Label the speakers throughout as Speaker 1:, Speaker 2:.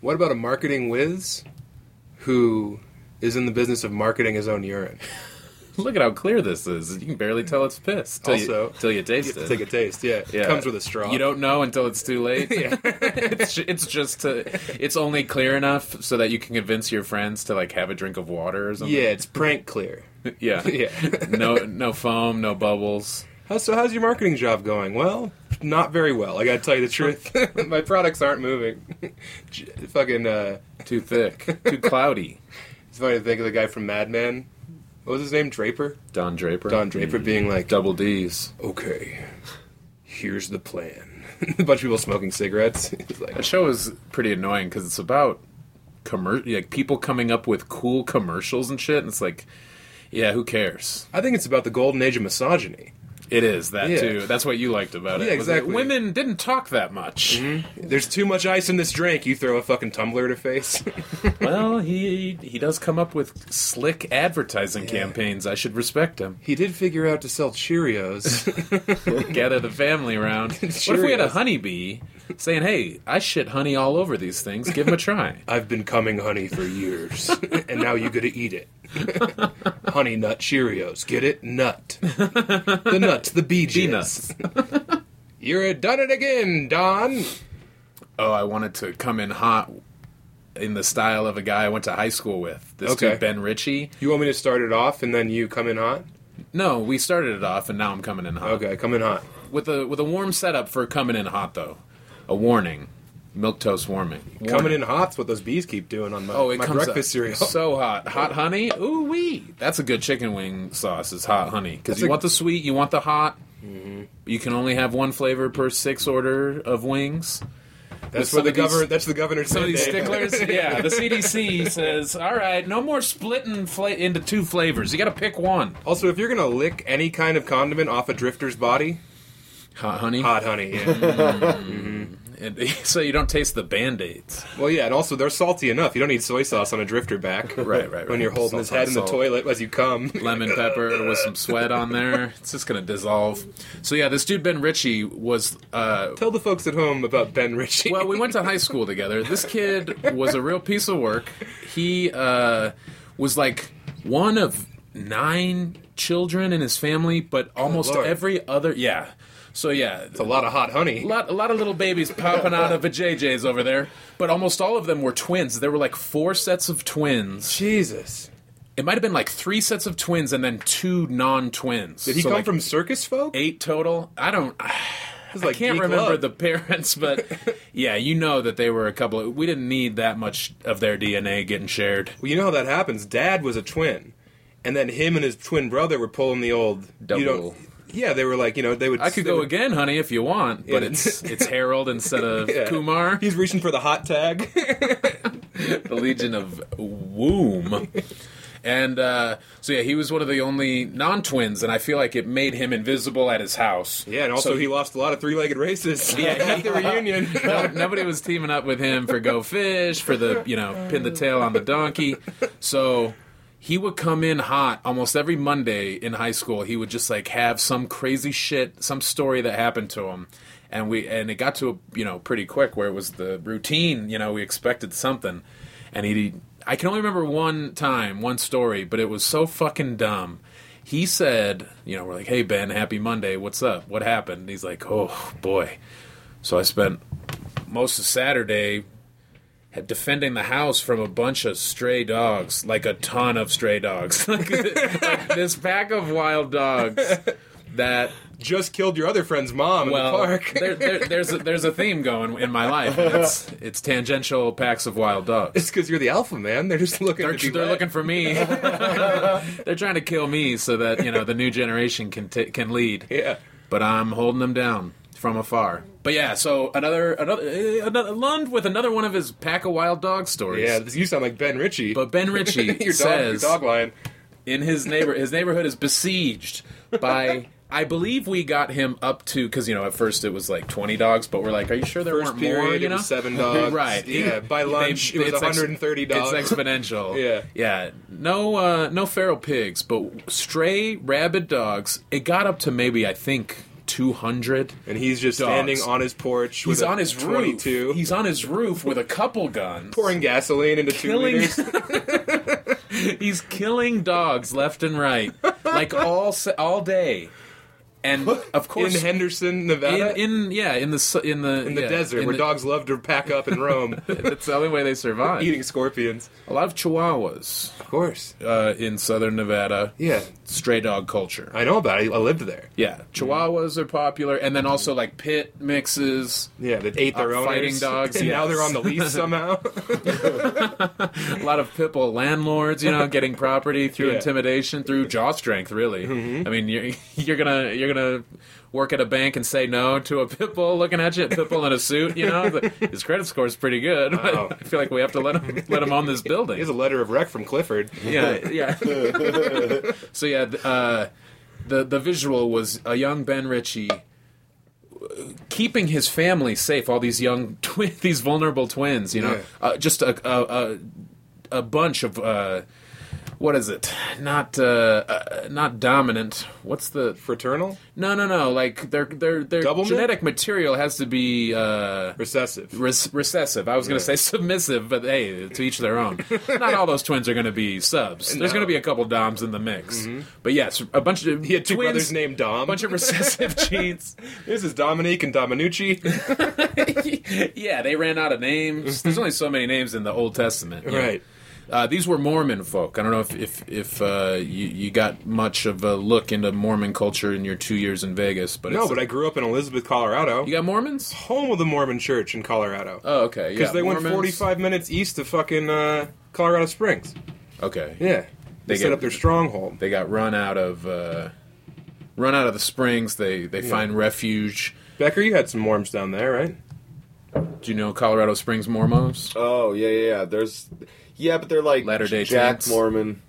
Speaker 1: What about a marketing whiz who is in the business of marketing his own urine?
Speaker 2: Look at how clear this is. You can barely tell it's piss till
Speaker 1: Also-
Speaker 2: you till you
Speaker 1: You
Speaker 2: taste
Speaker 1: have to
Speaker 2: it.
Speaker 1: take a taste. Yeah,
Speaker 2: Yeah.
Speaker 1: it comes with a straw.
Speaker 2: You don't know until it's too late.
Speaker 1: Yeah.
Speaker 2: it's, ju- it's just to, it's only clear enough so that you can convince your friends to like have a drink of water or something.
Speaker 1: Yeah, it's prank clear.
Speaker 2: yeah.
Speaker 1: Yeah.
Speaker 2: no no foam, no bubbles.
Speaker 1: How, so how's your marketing job going? Well, not very well. I gotta tell you the truth. My products aren't moving. J- fucking. Uh,
Speaker 2: Too thick, too cloudy.
Speaker 1: it's funny to think of the guy from Mad Men. What was his name? Draper.
Speaker 2: Don Draper. Mm.
Speaker 1: Don Draper being like,
Speaker 2: Double D's.
Speaker 1: "Okay, here's the plan." a bunch of people smoking cigarettes. He's like,
Speaker 2: That show is pretty annoying because it's about commer- like people coming up with cool commercials and shit, and it's like, yeah, who cares?
Speaker 1: "I think it's about the golden age of misogyny."
Speaker 2: It is that
Speaker 1: Yeah.
Speaker 2: too. That's what you liked about it.
Speaker 1: Yeah,
Speaker 2: was that
Speaker 1: exactly.
Speaker 2: Women didn't talk that much.
Speaker 1: There's too much ice in this drink. You throw a fucking tumbler at her face.
Speaker 2: well, he he does come up with slick advertising campaigns. I should respect him.
Speaker 1: he did figure out to sell Cheerios.
Speaker 2: Gather the family around. what if we had a
Speaker 1: Cheerios.
Speaker 2: honeybee saying, "Hey, I shit honey all over these things. Give them a try."
Speaker 1: I've been coming, honey, for years, and now you gotta eat it. honey nut Cheerios. Get it? Nut. The nuts. The bee jizz.
Speaker 2: Peanuts.
Speaker 1: You're done it again, Don.
Speaker 2: oh, I wanted to come in hot in the style of a guy I went to high school with. This
Speaker 1: Okay.
Speaker 2: dude, Ben Ritchie.
Speaker 1: You want me to start it off, and then you come in hot?
Speaker 2: No, we started it off, and now I'm coming in hot
Speaker 1: Okay, come in hot.
Speaker 2: with a with a warm setup for coming in hot though. A warning, milk toast warming.
Speaker 1: Coming in hot's what those bees keep doing on my,
Speaker 2: Oh, it
Speaker 1: my
Speaker 2: comes
Speaker 1: breakfast
Speaker 2: up
Speaker 1: cereal.
Speaker 2: so hot, hot honey. Ooh wee, that's a good chicken wing sauce. Is hot honey because
Speaker 1: That's
Speaker 2: you
Speaker 1: a- Mm-hmm.
Speaker 2: want the sweet, you want the hot. You can only have one flavor per six order of wings.
Speaker 1: that's
Speaker 2: with
Speaker 1: where
Speaker 2: some
Speaker 1: the
Speaker 2: of these-
Speaker 1: governor. That's the governor's.
Speaker 2: Some of these
Speaker 1: mandate.
Speaker 2: sticklers, yeah. The CDC says, all right, no more splitting fla- into two flavors. You got to pick one.
Speaker 1: Also, if you're gonna lick any kind of condiment off a drifter's body,
Speaker 2: Hot honey.
Speaker 1: hot honey. Yeah.
Speaker 2: And, so you don't taste the band aids.
Speaker 1: well, yeah, and also they're salty enough. You don't need soy sauce on a drifter back.
Speaker 2: Right, right, right.
Speaker 1: When you're holding
Speaker 2: Salt
Speaker 1: his
Speaker 2: on
Speaker 1: head in the
Speaker 2: salt.
Speaker 1: toilet as you come.
Speaker 2: lemon pepper with some sweat on there. It's just gonna dissolve. So yeah, this dude Ben Ritchie was. Uh,
Speaker 1: Tell the folks at home about Ben Ritchie.
Speaker 2: well, we went to high school together. This kid was a real piece of work. He uh, was like one of nine children in his family, but almost
Speaker 1: Lord.
Speaker 2: every other yeah. So yeah,
Speaker 1: a lot of hot honey.
Speaker 2: a lot, a lot of little babies popping out of a JJ's over there, but almost all of them were twins. There were like four sets of twins.
Speaker 1: Jesus.
Speaker 2: It might have been like three sets of twins and then two non-twins.
Speaker 1: Did he come from circus folk?
Speaker 2: eight total. I don't.
Speaker 1: It's like
Speaker 2: I can't
Speaker 1: Geek
Speaker 2: remember
Speaker 1: Love.
Speaker 2: the parents, but yeah, you know that they were a couple of. We didn't need that much of their DNA getting shared.
Speaker 1: Well, you know how that happens. Dad was a twin, and then him and his twin brother were pulling the old
Speaker 2: Double.
Speaker 1: You don't, yeah, they were like, you know, they would.
Speaker 2: I could
Speaker 1: they
Speaker 2: go
Speaker 1: would-
Speaker 2: again, honey, if you want, but
Speaker 1: Yeah.
Speaker 2: it's it's Harold instead of
Speaker 1: Yeah.
Speaker 2: Kumar,
Speaker 1: He's reaching for the hot tag.
Speaker 2: the Legion of Womb. And uh, so yeah, he was one of the only non-twins, and I feel like it made him invisible at his house.
Speaker 1: yeah, and also
Speaker 2: So-
Speaker 1: he lost a lot of three-legged races.
Speaker 2: Yeah,
Speaker 1: at
Speaker 2: he-
Speaker 1: the reunion.
Speaker 2: No, nobody was teaming up with him for go fish for the you know pin the tail on the donkey. So he would come in hot almost every Monday in high school. He would just like have some crazy shit, some story that happened to him, and we and it got to a you know pretty quick where it was the routine. You know we expected something, and he. I can only remember one time, one story, but it was so fucking dumb he said, you know, we're like, hey, Ben, happy Monday. What's up? What happened? And he's like, oh, boy. So I spent most of Saturday had- defending the house from a bunch of stray dogs, like a ton of stray dogs. like, like this pack of wild dogs that
Speaker 1: Just killed your other friend's mom in
Speaker 2: well,
Speaker 1: the park.
Speaker 2: there, there, there's a, there's a theme going in my life. and It's it's tangential packs of wild dogs.
Speaker 1: it's because you're the alpha man. They're just looking.
Speaker 2: They're,
Speaker 1: to be
Speaker 2: they're
Speaker 1: led.
Speaker 2: looking for me. they're trying to kill me so that you know the new generation can ta can lead.
Speaker 1: Yeah.
Speaker 2: but I'm holding him down from afar. But yeah, so another another eh, another Lund with another one of his pack of wild dog stories.
Speaker 1: Yeah, you sound like Ben Ritchie.
Speaker 2: But Ben
Speaker 1: your dog,
Speaker 2: Ritchie
Speaker 1: your
Speaker 2: says
Speaker 1: dog line.
Speaker 2: in his neighbor his neighborhood is besieged by I believe we got him up to because you know at first it was like twenty dogs, but we're like, are you sure there
Speaker 1: First
Speaker 2: weren't
Speaker 1: period,
Speaker 2: more? You
Speaker 1: it
Speaker 2: know,
Speaker 1: was seven dogs.
Speaker 2: right?
Speaker 1: Yeah. By
Speaker 2: They-
Speaker 1: lunch, it was
Speaker 2: it's ex-
Speaker 1: 130 dogs.
Speaker 2: It's exponential.
Speaker 1: Yeah.
Speaker 2: yeah. No, uh, no feral pigs, but stray rabid dogs. It got up to maybe I think 200.
Speaker 1: And he's just
Speaker 2: Dogs.
Speaker 1: standing on his porch. With
Speaker 2: He's
Speaker 1: a
Speaker 2: on his
Speaker 1: twenty-two,
Speaker 2: roof. He's on his roof with a couple guns.
Speaker 1: pouring gasoline into two
Speaker 2: Killing-
Speaker 1: liters.
Speaker 2: He's killing dogs left and right, like all se- all day, and of
Speaker 1: in
Speaker 2: course
Speaker 1: Henderson, Nevada,
Speaker 2: in, in yeah in the s- in the
Speaker 1: in the desert where dogs love to pack up and roam,
Speaker 2: That's the only way they survive.
Speaker 1: eating scorpions.
Speaker 2: A lot of Chihuahuas
Speaker 1: Of course,
Speaker 2: uh, in southern Nevada.
Speaker 1: yeah,
Speaker 2: Stray dog culture.
Speaker 1: I know about it. I lived there.
Speaker 2: Yeah, Chihuahuas are popular, and then also like pit mixes.
Speaker 1: Yeah, that ate their
Speaker 2: Uh,
Speaker 1: own
Speaker 2: fighting dogs,
Speaker 1: and now
Speaker 2: yes.
Speaker 1: they're on the lease somehow.
Speaker 2: A lot of pitbull landlords, you know, getting property through
Speaker 1: Yeah. Mm-hmm.
Speaker 2: intimidation, through jaw strength. Really, I mean, you're you're gonna you're gonna work at a bank and say no to a pitbull looking at you, a pitbull in a suit. You know, But his credit score is pretty good. but
Speaker 1: Wow.
Speaker 2: I feel like we have to let him let him own this building.
Speaker 1: Here's a letter of rec from Clifford.
Speaker 2: yeah, yeah. so yeah, th- uh, the the visual was a young Ben Ritchie uh, keeping his family safe. All these young twin, these vulnerable twins, you know,
Speaker 1: Yeah.
Speaker 2: uh, just a a, a a bunch of. Uh, what is it? Not uh, uh, not dominant. What's the
Speaker 1: Fraternal,
Speaker 2: no no no? Like their their their
Speaker 1: Double mint?
Speaker 2: genetic material has to be uh,
Speaker 1: recessive.
Speaker 2: res- recessive. I was going to say submissive, but hey, to each their own. Not all those twins are going to be subs. There's
Speaker 1: No. Mm-hmm.
Speaker 2: going to be a couple doms in the mix. But yes, a bunch of
Speaker 1: He had two
Speaker 2: twins,
Speaker 1: brothers named
Speaker 2: a
Speaker 1: Dom.
Speaker 2: bunch of recessive genes.
Speaker 1: this is Dominique and Dominucci.
Speaker 2: yeah, they ran out of names. There's only so many names in the Old Testament. you know.
Speaker 1: Right.
Speaker 2: Uh, these were Mormon folk. I don't know if if, if uh, you, you got much of a look into Mormon culture in your two years in Vegas, but
Speaker 1: No,
Speaker 2: it's,
Speaker 1: but I grew up in Elizabeth, Colorado,
Speaker 2: you got Mormons.
Speaker 1: home of the Mormon Church in Colorado.
Speaker 2: Oh, okay.
Speaker 1: Because
Speaker 2: Yeah,
Speaker 1: they went
Speaker 2: Mormons.
Speaker 1: 45 minutes east of fucking uh, Colorado Springs.
Speaker 2: Okay.
Speaker 1: Yeah. They,
Speaker 2: They
Speaker 1: set
Speaker 2: get-
Speaker 1: up their stronghold.
Speaker 2: they got run out of uh, run out of the springs. They they find refuge.
Speaker 1: Becker, you had some worms down there, right?
Speaker 2: Do you know Colorado Springs Mormons?
Speaker 3: Oh yeah, yeah, yeah. There's, yeah, but they're like
Speaker 2: Latter-day
Speaker 3: Jack
Speaker 2: Saints.
Speaker 3: Mormon.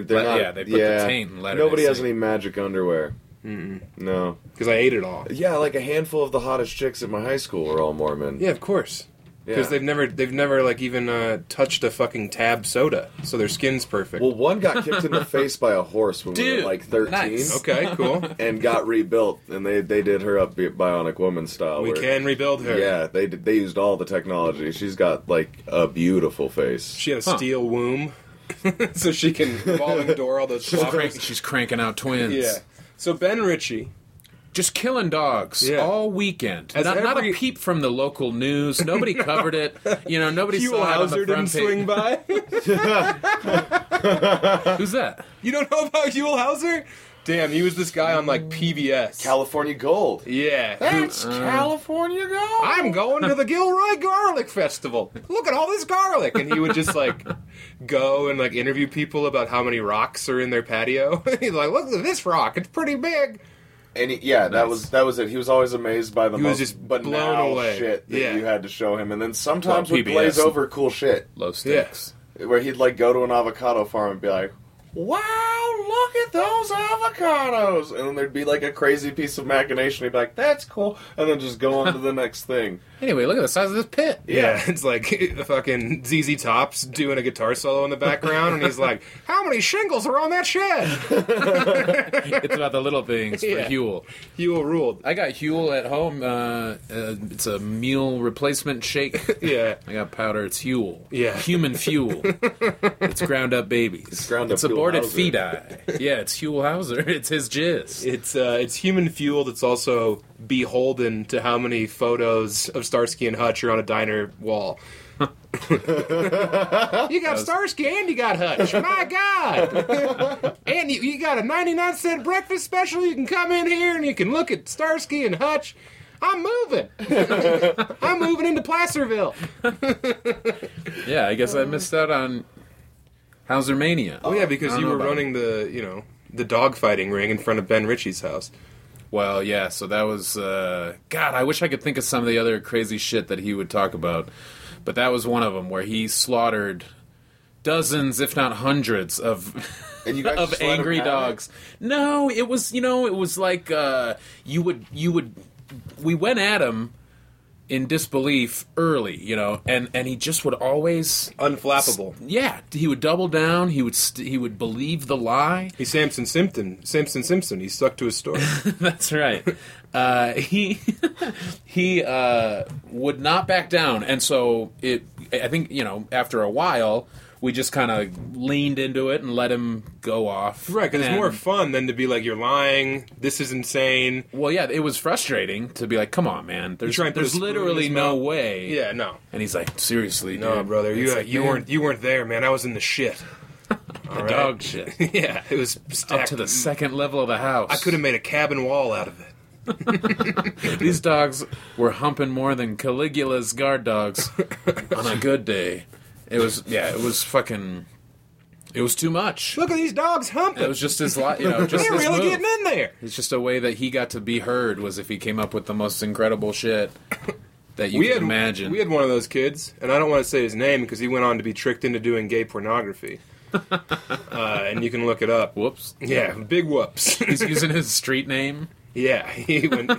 Speaker 1: Yeah.
Speaker 3: they're
Speaker 2: Le-
Speaker 3: not,
Speaker 2: yeah, they put the taint in Latter-day
Speaker 3: Nobody has
Speaker 2: Saint.
Speaker 3: any magic underwear. Mm-mm. No.
Speaker 1: Because I ate it all.
Speaker 3: Yeah, like a handful of the hottest chicks at my high school were all Mormon.
Speaker 1: Yeah, of course. Because they've never, they've never like even uh, touched a fucking tab soda, so their skin's perfect.
Speaker 3: Well, one got kicked in the face by a horse when we
Speaker 2: Dude,
Speaker 3: were like 13
Speaker 2: nice.
Speaker 1: okay, cool.
Speaker 3: and got rebuilt, and they, they did her up bionic woman style.
Speaker 1: we
Speaker 3: where-
Speaker 1: can rebuild her.
Speaker 3: Yeah, they did, they used all the technology. She's got like a beautiful face.
Speaker 1: She had a
Speaker 2: Huh.
Speaker 1: steel womb, so she can ball and door all those
Speaker 2: She's, crank,
Speaker 1: floppers.
Speaker 2: she's cranking out twins.
Speaker 1: Yeah. So Ben Ritchie,
Speaker 2: Just killing dogs
Speaker 1: Yeah.
Speaker 2: all weekend.
Speaker 1: As
Speaker 2: Not, not
Speaker 1: every-
Speaker 2: a peep from the local news. Nobody covered it. You know, nobody
Speaker 1: Hugh
Speaker 2: saw it on the
Speaker 1: Hauser
Speaker 2: front
Speaker 1: didn't
Speaker 2: page.
Speaker 1: swing by.
Speaker 2: Who's that?
Speaker 1: you don't know about Hugh Hauser? Damn, he was this guy on like PBS.
Speaker 3: California Gold.
Speaker 1: yeah.
Speaker 2: Uh,
Speaker 3: That's California Gold.
Speaker 1: I'm going to the Gilroy Garlic Festival. Look at all this garlic, and he would just like go and like interview people about how many rocks are in their patio. He's like, "Look at this rock; it's pretty big."
Speaker 3: And he- yeah, that was that was it. He was always amazed by the
Speaker 1: He was
Speaker 3: most
Speaker 1: just blown
Speaker 3: banal
Speaker 1: away.
Speaker 3: shit that
Speaker 1: Yeah.
Speaker 3: you had to show him, and then sometimes
Speaker 2: Well,
Speaker 3: would
Speaker 2: PBS.
Speaker 3: glaze over cool shit
Speaker 2: Low stakes.
Speaker 3: where he'd like go to an avocado farm and be like, "Wow, look at those avocados!" And then there'd be like a crazy piece of machination. He'd be like, "That's cool," and then just go on to the next thing.
Speaker 2: Anyway, look at the size of this pit.
Speaker 1: Yeah, it's like fucking ZZ Top's doing a guitar solo in the background, and he's like, "How many shingles are on that shed?"
Speaker 2: It's about the little things for
Speaker 1: Yeah.
Speaker 2: Huel.
Speaker 1: Huel ruled.
Speaker 2: I got Huel at home. Uh, uh, it's a meal replacement shake.
Speaker 1: Yeah,
Speaker 2: I got powder. It's fuel.
Speaker 1: Yeah.
Speaker 2: Human fuel. it's ground up babies. It's
Speaker 3: ground up
Speaker 2: It's aborted
Speaker 3: Huel
Speaker 2: fedi. Yeah, it's Huel Hauser. It's his jizz.
Speaker 1: it's uh, it's human fueled. It's also beholden to how many photos of Starsky and Hutch are on a diner wall. you got Starsky and you got Hutch. My God! and you, you got a 99 cent breakfast special. You can come in here and you can look at Starsky and Hutch. I'm moving. I'm moving into Placerville.
Speaker 2: Yeah, I guess I missed out on Hausermania.
Speaker 1: Oh yeah, because
Speaker 2: don't
Speaker 1: you
Speaker 2: know
Speaker 1: were
Speaker 2: about
Speaker 1: running the you know the dogfighting ring in front of Ben Ritchie's house.
Speaker 2: Well, yeah, so that was. Uh, God, I wish I could think of some of the other crazy shit that he would talk about. But that was one of them where he slaughtered dozens, if not hundreds, of.
Speaker 3: And you guys
Speaker 2: of
Speaker 3: just let him
Speaker 2: angry
Speaker 3: have it?
Speaker 2: dogs. No, it was you know it was like uh, you would you would we went at him in disbelief early, you know, and and he just would always
Speaker 3: Unflappable.
Speaker 2: yeah, he would double down. He would st- he would believe the lie.
Speaker 1: He's Samson Simpson. Samson Simpson. He stuck to his story.
Speaker 2: That's right. Uh, he he uh, would not back down, and so it. I think you know after a while. We just kind of leaned into it and let him go off.
Speaker 1: right, because it's
Speaker 2: And-
Speaker 1: more fun than to be like, you're lying. This is insane.
Speaker 2: Well, yeah, it was frustrating to be like, "Come on, man! There's
Speaker 1: try and put a
Speaker 2: there's
Speaker 1: spoon in
Speaker 2: literally
Speaker 1: his
Speaker 2: no
Speaker 1: mouth.
Speaker 2: way."
Speaker 1: Yeah, no,
Speaker 2: And he's like, seriously,
Speaker 1: no,
Speaker 2: dude.
Speaker 1: brother. You
Speaker 2: It's like,
Speaker 1: you
Speaker 2: man,
Speaker 1: weren't you weren't there, man. I was in the shit. All right?
Speaker 2: dog shit
Speaker 1: Yeah, it was
Speaker 2: up
Speaker 1: stacked
Speaker 2: to the second level of the house.
Speaker 1: I could have made a cabin wall out of it.
Speaker 2: These dogs were humping more than Caligula's guard dogs on a good day. It was yeah, it was fucking. It was too much.
Speaker 1: Look at these dogs humping.
Speaker 2: It was just his lot, you know. Just
Speaker 1: They're
Speaker 2: his
Speaker 1: really
Speaker 2: move.
Speaker 1: getting in there.
Speaker 2: It's just a way that he got to be heard was if he came up with the most incredible shit that you
Speaker 1: we
Speaker 2: could
Speaker 1: had
Speaker 2: imagine.
Speaker 1: we had one of those kids, and I don't want to say his name because he went on to be tricked into doing gay pornography. uh, and you can look it up.
Speaker 2: Whoops.
Speaker 1: Yeah, big whoops.
Speaker 2: He's using his street name.
Speaker 1: Yeah, he went.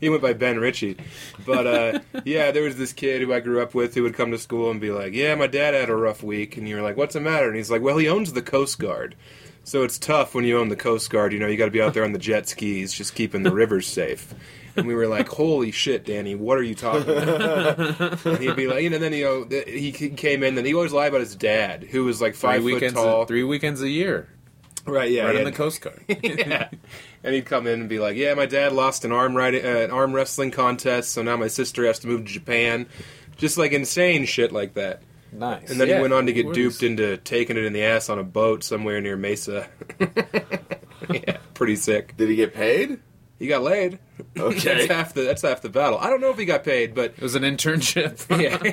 Speaker 1: he, went by Ben Ritchie, but uh, yeah, there was this kid who I grew up with who would come to school and be like, "Yeah, my dad had a rough week," and you're like, "What's the matter?" And he's like, "Well, he owns the Coast Guard." So it's tough when you own the Coast Guard. You know, you got to be out there on the jet skis, just keeping the rivers safe. And we were like, "Holy shit, Danny, what are you talking about?" and he'd be like, "You know." Then you know, th- he c- came in, and he always lied about his dad, who was like
Speaker 2: Three
Speaker 1: five foot
Speaker 2: weekends,
Speaker 1: tall.
Speaker 2: three weekends a year,
Speaker 1: Right? Yeah,
Speaker 2: right
Speaker 1: he
Speaker 2: in
Speaker 1: had-
Speaker 2: the Coast Guard.
Speaker 1: yeah. And he'd come in and be like, "Yeah, my dad lost an arm right uh, an arm wrestling contest, so now my sister has to move to Japan." Just like insane shit like that.
Speaker 2: nice.
Speaker 1: And then
Speaker 2: Yeah,
Speaker 1: he went on to get
Speaker 2: works.
Speaker 1: duped into taking it in the ass on a boat somewhere near Mesa. yeah, pretty sick.
Speaker 3: Did he get paid?
Speaker 1: He got laid. That's
Speaker 3: Okay.
Speaker 1: half the that's half the battle. I don't know if he got paid, but
Speaker 2: It was an internship.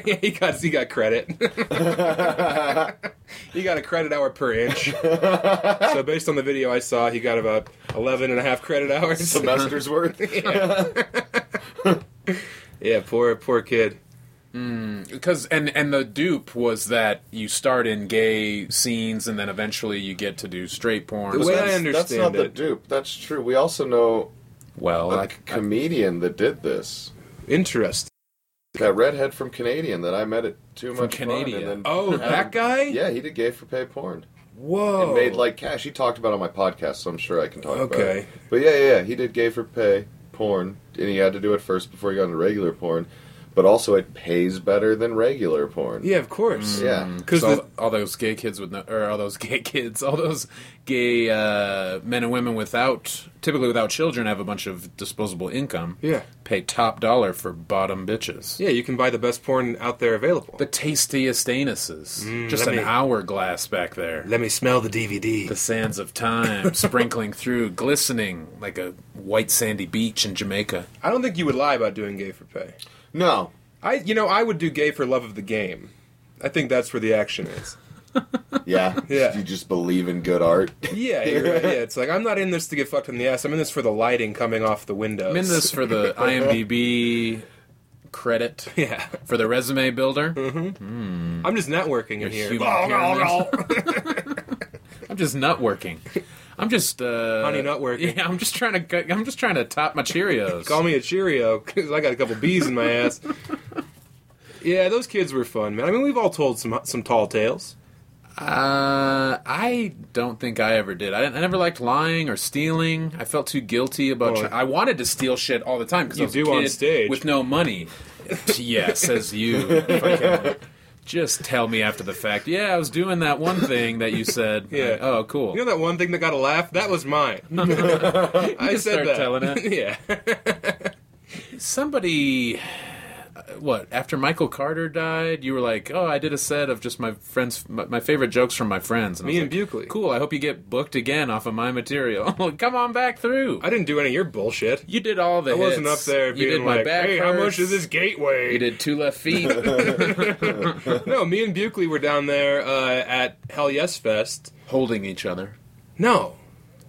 Speaker 1: yeah, he got he got credit. he got a credit hour per inch. so based on the video I saw, he got about 11 and a half credit hours.
Speaker 3: Semester's worth.
Speaker 1: Yeah, poor poor kid.
Speaker 2: because and and the dupe was that you start in gay scenes and then eventually you get to do straight porn.
Speaker 1: The way I
Speaker 3: That's- That's
Speaker 1: understand
Speaker 3: not the
Speaker 1: it.
Speaker 3: dupe. That's true. We also know
Speaker 2: well,
Speaker 3: a
Speaker 2: like
Speaker 3: comedian that did this.
Speaker 1: Interest.
Speaker 3: That redhead from Canadian that I met at Too Much
Speaker 2: Canadian.
Speaker 3: Fun. And then
Speaker 1: Oh, that guy?
Speaker 3: Um, Yeah, he did gay for pay porn.
Speaker 1: Whoa.
Speaker 2: Oh.
Speaker 3: And made like cash. He talked about it on my podcast, so I'm sure I can talk about
Speaker 1: Okay.
Speaker 3: it. But yeah, yeah, yeah, he did gay for pay porn, and he had to do it first before he got into regular porn. But also, it pays better than regular porn.
Speaker 1: yeah, of course.
Speaker 3: Mm.
Speaker 2: Hmm.
Speaker 3: Yeah.
Speaker 1: Because
Speaker 2: so all those gay kids with no, or all those gay kids, all those gay uh, men and women without typically without children have a bunch of disposable income.
Speaker 1: Yeah.
Speaker 2: pay top dollar for bottom bitches.
Speaker 1: yeah, you can buy the best porn out there available.
Speaker 2: The tastiest anuses, just
Speaker 1: Mm, let
Speaker 2: an
Speaker 1: me-
Speaker 2: hourglass back there.
Speaker 1: Let me smell the DVD.
Speaker 2: the sands of time sprinkling through, glistening like a white sandy beach in Jamaica.
Speaker 1: I don't think you would lie about doing gay for pay.
Speaker 3: No.
Speaker 1: I, you know, I would do gay for love of the game. I think that's where the action is.
Speaker 3: Yeah.
Speaker 1: Yeah.
Speaker 3: You just believe in good art.
Speaker 1: Yeah, you're right. yeah. It's like I'm not in this to get fucked in the ass. I'm in this for the lighting coming off the windows.
Speaker 2: I'm in this for the IMDb credit,
Speaker 1: Yeah,
Speaker 2: for the resume builder.
Speaker 1: I'm just networking in Mhm. here. Oh,
Speaker 2: human pyramids. I'm just nut working. I'm just uh,
Speaker 1: Honey, nut working.
Speaker 2: Yeah, I'm just trying to. go- I'm just trying to top my Cheerios.
Speaker 1: Call me a Cheerio because I got a couple bees in my ass. Yeah, those kids were fun, man. I mean, we've all told some some tall tales.
Speaker 2: Uh, I don't think I ever did. I, didn't- I never liked lying or stealing. I felt too guilty about.
Speaker 1: Oh.
Speaker 2: try- I wanted to steal shit all the time because
Speaker 1: You
Speaker 2: I was a
Speaker 1: do on
Speaker 2: kid
Speaker 1: stage.
Speaker 2: with no money. yeah, says you. fucking- Just tell me after the fact. Yeah, I was doing that one thing that you said.
Speaker 1: Yeah.
Speaker 2: Like, oh, cool.
Speaker 1: You know that one thing that got a laugh? That was mine. I said
Speaker 2: start
Speaker 1: that.
Speaker 2: telling it.
Speaker 1: yeah.
Speaker 2: Somebody, uh, what after Michael Carter died, you were like, "Oh, I did a set of just my friends, my, my favorite jokes from my friends." And I
Speaker 1: Me
Speaker 2: was
Speaker 1: and
Speaker 2: like,
Speaker 1: Bukley.
Speaker 2: Cool. I hope you get booked again off of my material. Come on back through.
Speaker 1: I didn't do any of your bullshit.
Speaker 2: you did all the.
Speaker 1: I wasn't
Speaker 2: hits.
Speaker 1: up there being
Speaker 2: you did
Speaker 1: like,
Speaker 2: my back.
Speaker 1: "Hey, how much
Speaker 2: hurts.
Speaker 1: is this gateway?"
Speaker 2: You did two left feet.
Speaker 1: No, me and Bukley were down there uh, at Hell Yes Fest.
Speaker 2: holding each other,
Speaker 1: No,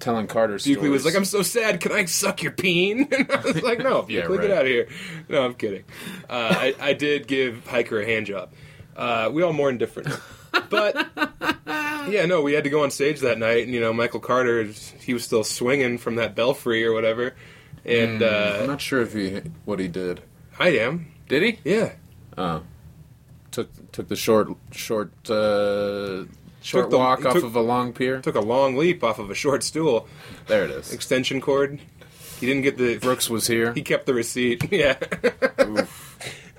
Speaker 2: telling Carter stories.
Speaker 1: Bukley was like, "I'm so sad. Can I suck your peen?" And I was like, "No, Bukley,
Speaker 2: Yeah,
Speaker 1: get
Speaker 2: right.
Speaker 1: out of here." No, I'm kidding. Uh, I, I did give Hiker a hand job. Uh, we all mourn differently, but yeah, no, we had to go on stage that night, and you know, Michael Carter, he was still swinging from that belfry or whatever, and
Speaker 2: I'm
Speaker 1: uh,
Speaker 2: not sure if he what he did.
Speaker 1: I am.
Speaker 2: Did he?
Speaker 1: Yeah.
Speaker 2: Oh, took took the short short uh, short
Speaker 1: Took the-
Speaker 2: walk
Speaker 1: he
Speaker 2: off
Speaker 1: took-
Speaker 2: of a long pier.
Speaker 1: Took a long leap off of a short stool
Speaker 2: There it is.
Speaker 1: extension cord. He didn't get the.
Speaker 2: Brooks was here.
Speaker 1: He kept the receipt. Yeah.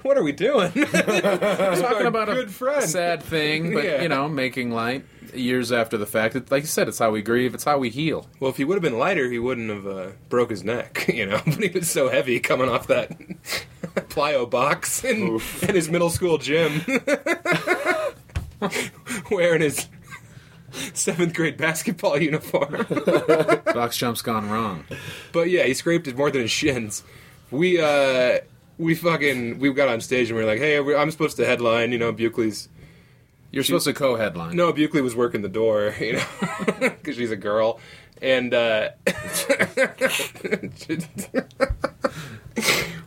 Speaker 1: what are we doing?
Speaker 2: talking about a
Speaker 1: good friend.
Speaker 2: sad thing, but
Speaker 1: Yeah.
Speaker 2: you know, making light years after the fact. It, like you said, it's how we grieve. It's how we heal.
Speaker 1: Well, if he would have been lighter, he wouldn't have uh, broke his neck, you know. But he was so heavy coming off that plyo box in, in his middle school gym, wearing his seventh grade basketball uniform.
Speaker 2: Box jump's gone wrong.
Speaker 1: but yeah, he scraped it more than his shins. We uh, we fucking we got on stage and we were like, hey, we- I'm supposed to headline, you know, Buckley's
Speaker 2: You're supposed to co-headline.
Speaker 1: No, Buckley was working the door, you know, because she's a girl, and uh,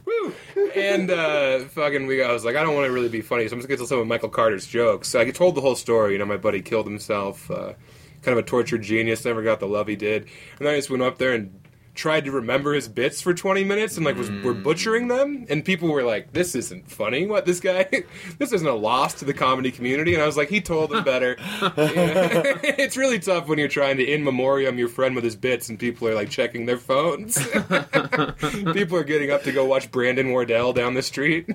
Speaker 1: Woo. and uh, fucking, we. I was like, I don't want to really be funny, so I'm just gonna tell some of Michael Carter's jokes. So I told the whole story. You know, my buddy killed himself. Uh, kind of a tortured genius. Never got the love he did, and I just went up there and. Tried to remember his bits for 20 minutes and like was were butchering them, and people were like, "This isn't funny. What this guy? this isn't a loss to the comedy community." And I was like, "He told them better." it's really tough when you're trying to in memoriam your friend with his bits and people are like checking their phones. people are getting up to go watch Brandon Wardell down the street.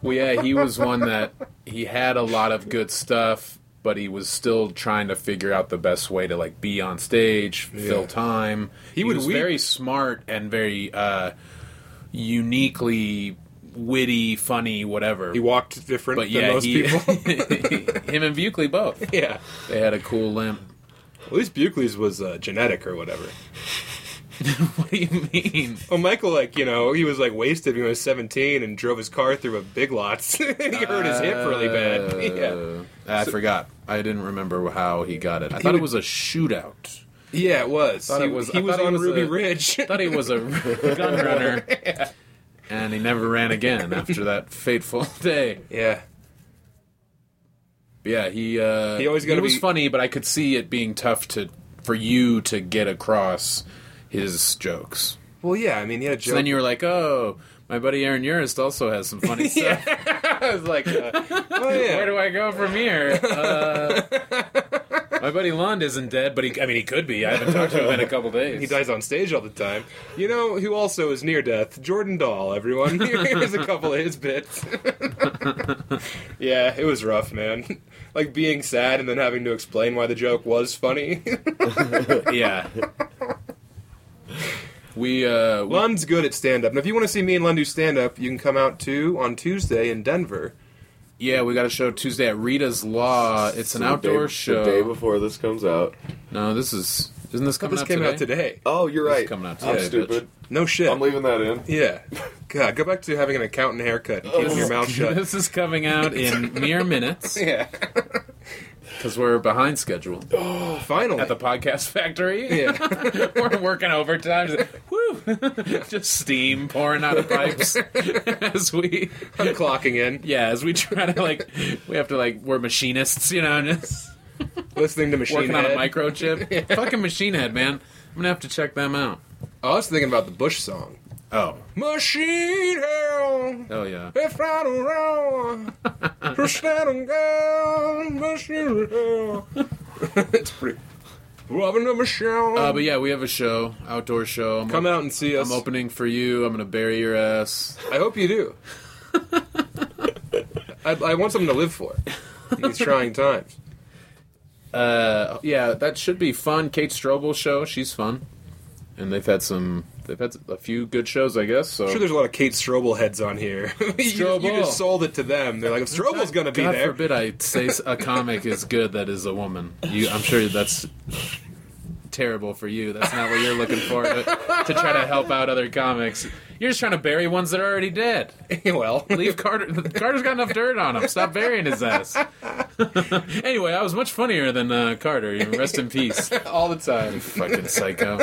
Speaker 2: Well, yeah, he was one that he had a lot of good stuff, but he was still trying to figure out the best way to like be on stage, fill time. He,
Speaker 1: would
Speaker 2: was
Speaker 1: weep.
Speaker 2: very smart and very uh, uniquely witty, funny, whatever.
Speaker 1: he walked different
Speaker 2: but
Speaker 1: than
Speaker 2: yeah,
Speaker 1: most
Speaker 2: he,
Speaker 1: people.
Speaker 2: him and Buckley both.
Speaker 1: yeah.
Speaker 2: They had a cool limp.
Speaker 1: At least Buckley's was uh, genetic or whatever.
Speaker 2: What do you mean?
Speaker 1: Well, Michael, like, you know, he was like wasted when he was 17 and drove his car through a big lots. he hurt his hip really bad. Yeah.
Speaker 2: Uh, I forgot. I didn't remember how he got it. I thought it
Speaker 1: would-
Speaker 2: was a shootout.
Speaker 1: Yeah, it was.
Speaker 2: Thought
Speaker 1: He
Speaker 2: it was-
Speaker 1: he
Speaker 2: I
Speaker 1: was
Speaker 2: thought he
Speaker 1: on
Speaker 2: was uh,
Speaker 1: Ruby
Speaker 2: a-
Speaker 1: Ridge.
Speaker 2: thought he was a gun runner, and he never ran again after that fateful day.
Speaker 1: yeah.
Speaker 2: Yeah, he uh,
Speaker 1: He always gotta
Speaker 2: was
Speaker 1: be-
Speaker 2: funny, but I could see it being tough to for you to get across his jokes.
Speaker 1: Well, yeah, I mean, he had a
Speaker 2: So
Speaker 1: joke.
Speaker 2: then you were like, "Oh, my buddy Aaron Urist also has some funny stuff.
Speaker 1: I was like, uh, oh, yeah.
Speaker 2: Where do I go from here?" Uh, my buddy Lund isn't dead, but he—I mean, he could be. I haven't talked to him in a couple days.
Speaker 1: He dies on stage all the time. You know who also is near death? Jordan Dahl, everyone. Here's a couple of his bits. yeah, it was rough, man. Like being sad and then having to explain why the joke was funny.
Speaker 2: Yeah. We uh, we
Speaker 1: Lund's good at stand up. And if you want to see me and Lund do stand up, you can come out too on Tuesday in Denver.
Speaker 2: Yeah, we got a show Tuesday at Rita's Law. It's an
Speaker 3: The day-
Speaker 2: outdoor show.
Speaker 3: The day before this comes out.
Speaker 2: no, this is isn't this coming
Speaker 1: This
Speaker 2: out
Speaker 1: came
Speaker 2: today?
Speaker 1: out today.
Speaker 3: Oh, you're
Speaker 2: This is
Speaker 3: right.
Speaker 2: coming out
Speaker 3: I'm
Speaker 2: today,
Speaker 3: stupid.
Speaker 1: No shit.
Speaker 3: I'm leaving that in.
Speaker 1: yeah. God, go back to having an accountant haircut and
Speaker 2: Oh
Speaker 1: keeping your mouth shut.
Speaker 2: this is coming out in mere minutes
Speaker 1: Yeah.
Speaker 2: because we're behind schedule
Speaker 1: Finally.
Speaker 2: at the podcast factory.
Speaker 1: yeah.
Speaker 2: we're working overtime. Woo! Just steam pouring out of pipes as we
Speaker 1: I'm clocking in.
Speaker 2: yeah as we try to like we have to like we're machinists you know just
Speaker 1: Listening to Machine
Speaker 2: working
Speaker 1: Head.
Speaker 2: on a microchip. Fucking machine head man. I'm gonna have to check them out.
Speaker 1: Oh, I was thinking about the Bush song.
Speaker 2: Oh,
Speaker 1: Machine Hell.
Speaker 2: oh yeah.
Speaker 1: If I don't roll, push that on down, Machine Hell. it's pretty. Robin the Michelle.
Speaker 2: Uh, but yeah, we have a show, outdoor show. I'm
Speaker 1: Um, Come out and see us.
Speaker 2: I'm opening for you. I'm gonna bury your ass.
Speaker 1: I hope you do. I, I want something to live for. These trying times.
Speaker 2: Uh, yeah, that should be fun. Kate Strobel show. She's fun, and they've had some. They've had a few good shows, I guess. So
Speaker 1: I'm sure there's a lot of Kate Strobel heads on here. you, just- you
Speaker 2: Strobel.
Speaker 1: just sold it to them. They're like, if Strobel's gonna be
Speaker 2: God
Speaker 1: there.
Speaker 2: forbid I say s- a comic is good that is a woman. You, I'm sure that's terrible for you. That's not what you're looking for to, to try to help out other comics. You're just trying to bury ones that are already dead.
Speaker 1: well,
Speaker 2: Leave Carter. Carter's got enough dirt on him. Stop burying his ass. anyway, I was much funnier than uh, Carter. Rest in peace.
Speaker 1: all the time.
Speaker 2: Fucking psycho.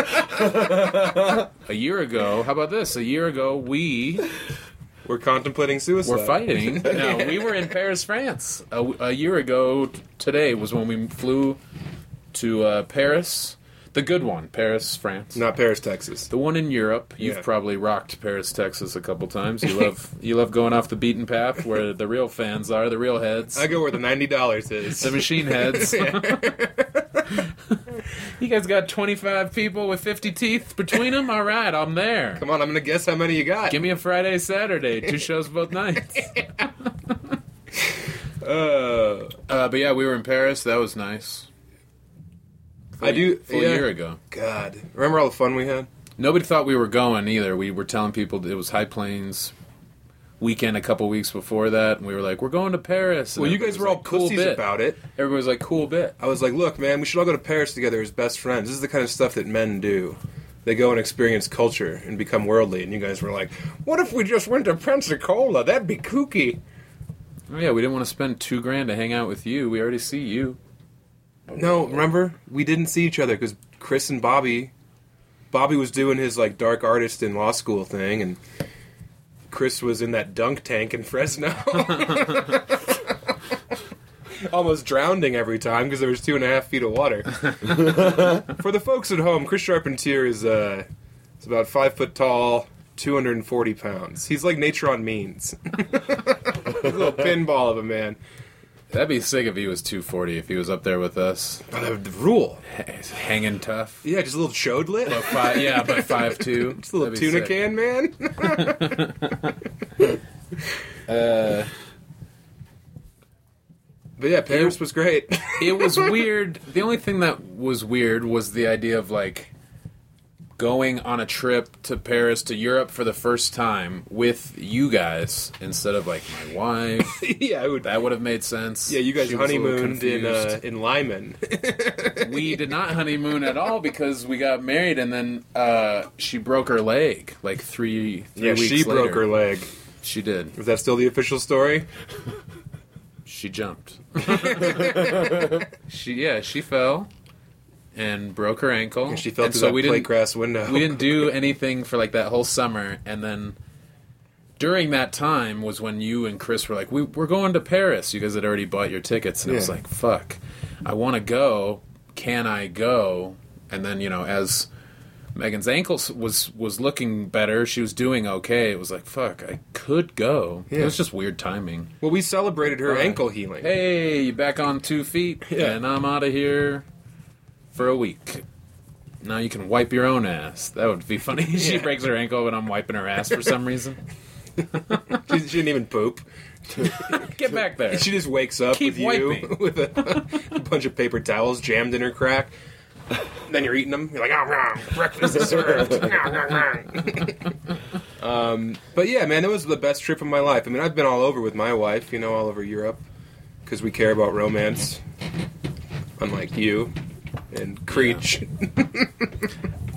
Speaker 2: a year ago, how about this? A year ago, we
Speaker 1: We're contemplating suicide.
Speaker 2: were fighting. No, we were in Paris, France. A, a year ago, t- today was when we flew to uh, Paris. The good one, Paris, France.
Speaker 1: Not Paris, Texas.
Speaker 2: The one in Europe. You've
Speaker 1: Yeah.
Speaker 2: probably rocked Paris, Texas a couple times. You love you love going off the beaten path where the real fans are, the real heads.
Speaker 1: I go where the ninety dollars is.
Speaker 2: the machine heads. you guys got 25 people with 50 teeth between them? All right, I'm there.
Speaker 1: Come on, I'm gonna guess how many you got.
Speaker 2: Give me a Friday, Saturday, two shows both nights.
Speaker 1: Uh,
Speaker 2: Uh, but yeah, we were in Paris. That was nice.
Speaker 1: I do.
Speaker 2: Full
Speaker 1: yeah.
Speaker 2: year ago.
Speaker 1: God, remember all the fun we had?
Speaker 2: Nobody thought we were going either. We were telling people it was High Plains weekend a couple weeks before that, and we were like, "We're going to Paris." And
Speaker 1: Well, you
Speaker 2: everybody
Speaker 1: guys
Speaker 2: was
Speaker 1: were all
Speaker 2: like,
Speaker 1: pussies
Speaker 2: bit.
Speaker 1: about it.
Speaker 2: Everybody was like, "Cool bit."
Speaker 1: I was like, look, man, we should all go to Paris together as best friends. This is the kind of stuff that men do. They go and experience culture and become worldly. And you guys were like, what if we just went to Pensacola? That'd be kooky.
Speaker 2: Oh, yeah, we didn't want to spend two grand to hang out with you. We already see you.
Speaker 1: No, remember we didn't see each other because Chris and Bobby, Bobby was doing his like dark artist in law school thing, and Chris was in that dunk tank in Fresno, almost drowning every time because there was two and a half feet of water. For the folks at home, Chris Charpentier is uh, is about five foot tall. 240 pounds. He's like nature on means. little pinball of a man.
Speaker 2: That'd be sick if he was two forty. If he was up there with us,
Speaker 1: But that would rule.
Speaker 2: H- hanging tough.
Speaker 1: Yeah, just a little chodlet.
Speaker 2: But five, yeah, but five two.
Speaker 1: Just a little tuna can, man.
Speaker 2: Uh,
Speaker 1: but yeah, Paris was great.
Speaker 2: it was weird. The only thing that was weird was the idea of like going on a trip to Paris to Europe for the first time with you guys instead of like my wife.
Speaker 1: yeah, I would.
Speaker 2: That would have made sense.
Speaker 1: Yeah, you guys
Speaker 2: She was a little
Speaker 1: honeymooned in uh,
Speaker 2: confused.
Speaker 1: in Lyman.
Speaker 2: we did not honeymoon at all because we got married and then uh, she broke her leg like three, three
Speaker 1: yeah,
Speaker 2: weeks
Speaker 1: she broke her
Speaker 2: leg.
Speaker 1: leg.
Speaker 2: She did.
Speaker 1: Is that still the official story?
Speaker 2: She jumped. she yeah, she fell and broke her ankle.
Speaker 1: She fell
Speaker 2: and
Speaker 1: through
Speaker 2: so
Speaker 1: that
Speaker 2: we
Speaker 1: plate
Speaker 2: didn't
Speaker 1: grass window.
Speaker 2: we didn't do anything for like that whole summer and then during that time was when you and chris were like we, we're going to paris you guys had already bought your tickets and i was
Speaker 1: Yeah.
Speaker 2: like fuck i want to go can i go and then you know as megan's ankle s- was was looking better she was doing okay it was like fuck i could go it
Speaker 1: Yeah.
Speaker 2: was just weird timing
Speaker 1: Well, we celebrated her ankle healing.
Speaker 2: hey you back on two feet
Speaker 1: Yeah.
Speaker 2: and i'm out of here for a week now you can wipe your own ass that would be funny she
Speaker 1: Yeah.
Speaker 2: breaks her ankle and i'm wiping her ass for some reason
Speaker 1: She, she didn't even poop.
Speaker 2: get back there
Speaker 1: She just wakes up
Speaker 2: Keep
Speaker 1: with you
Speaker 2: wiping.
Speaker 1: with a, a bunch of paper towels jammed in her crack. then you're eating them. You're like, oh, wrong. breakfast is served. Nom, nom, nom." um, but yeah, man, that was the best trip of my life. I mean, I've been all over with my wife, you know, all over Europe, because we care about romance, unlike you and Creech. Yeah,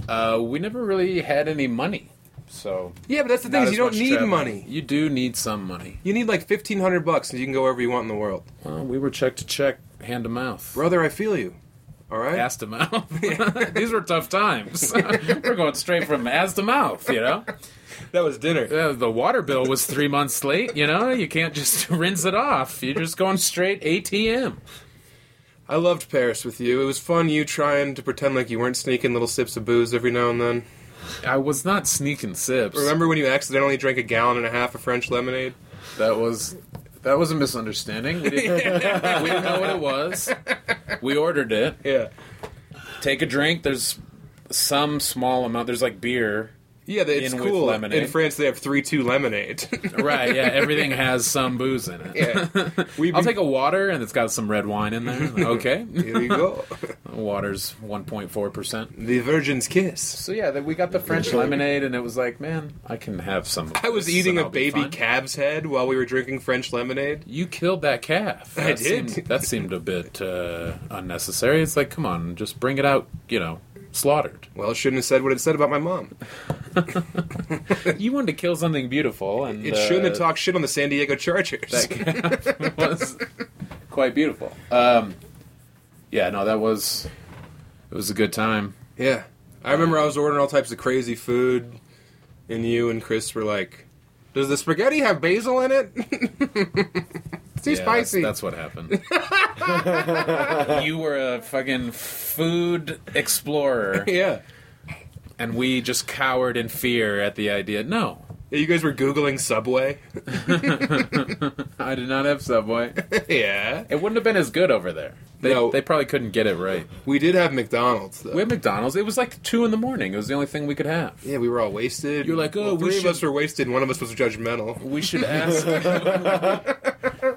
Speaker 2: uh, we never really had any money so
Speaker 1: but that's the
Speaker 2: not
Speaker 1: thing is
Speaker 2: as
Speaker 1: you don't
Speaker 2: much
Speaker 1: need
Speaker 2: traveling.
Speaker 1: money.
Speaker 2: you do need some money
Speaker 1: You need like fifteen hundred bucks, and you can go wherever you want in the world,
Speaker 2: well we were check to check hand to mouth
Speaker 1: brother. I feel you. All right.
Speaker 2: ass to mouth these were tough times we're going straight from ass to mouth you know
Speaker 1: That was dinner.
Speaker 2: Uh, the water bill was three months late. You know, you can't just rinse it off. You're just going straight ATM.
Speaker 1: I loved Paris with you. It was fun you trying to pretend like you weren't sneaking little sips of booze every now and then.
Speaker 2: I was not sneaking sips.
Speaker 1: Remember when you accidentally drank a gallon and a half of French lemonade?
Speaker 2: That was that was a misunderstanding. We didn't, we didn't know what it was. We ordered it.
Speaker 1: Yeah.
Speaker 2: Take a drink. There's some small amount. There's like beer.
Speaker 1: Yeah, they- it's
Speaker 2: In with
Speaker 1: cool.
Speaker 2: lemonade.
Speaker 1: In France, they have 3 2 lemonade.
Speaker 2: Right. Yeah. Everything has some booze in it.
Speaker 1: yeah. We
Speaker 2: I'll take a water and it's got some red wine in there. Okay.
Speaker 1: Here you go.
Speaker 2: Water's 1.4%.
Speaker 1: the Virgin's Kiss.
Speaker 2: So yeah, that we got the French lemonade, and it was like, man, I can have some. Of
Speaker 1: I was
Speaker 2: this
Speaker 1: eating
Speaker 2: and
Speaker 1: a
Speaker 2: I'll be
Speaker 1: baby
Speaker 2: fine.
Speaker 1: calf's head while we were drinking French lemonade.
Speaker 2: You killed that calf.
Speaker 1: I
Speaker 2: That
Speaker 1: did.
Speaker 2: Seemed, that seemed a bit uh, unnecessary. It's like, come on, just bring it out. You know, slaughtered.
Speaker 1: Well, it shouldn't have said what it said about my mom.
Speaker 2: You wanted to kill something beautiful, and
Speaker 1: It
Speaker 2: uh,
Speaker 1: shouldn't have talked shit on the San Diego Chargers.
Speaker 2: That calf was quite beautiful. Um, yeah, no, that was it was a good time.
Speaker 1: Yeah. I remember I was ordering all types of crazy food, and you and Chris were like, Does the spaghetti have basil in it? too
Speaker 2: Yeah, that's-
Speaker 1: spicy.
Speaker 2: That's, what happened. you were a fucking food explorer,
Speaker 1: yeah.
Speaker 2: and we just cowered in fear at the idea. No,
Speaker 1: You guys were Googling Subway?
Speaker 2: I did not have Subway.
Speaker 1: yeah.
Speaker 2: It wouldn't have been as good over there. They,
Speaker 1: No.
Speaker 2: they probably couldn't get it right.
Speaker 1: We did have McDonald's, though.
Speaker 2: We had McDonald's. It was like two in the morning. It was the only thing we could have.
Speaker 1: yeah, we were all wasted.
Speaker 2: You're like, oh,
Speaker 1: Well,
Speaker 2: we
Speaker 1: three of
Speaker 2: should-
Speaker 1: us were wasted, and one of us was judgmental.
Speaker 2: We should ask.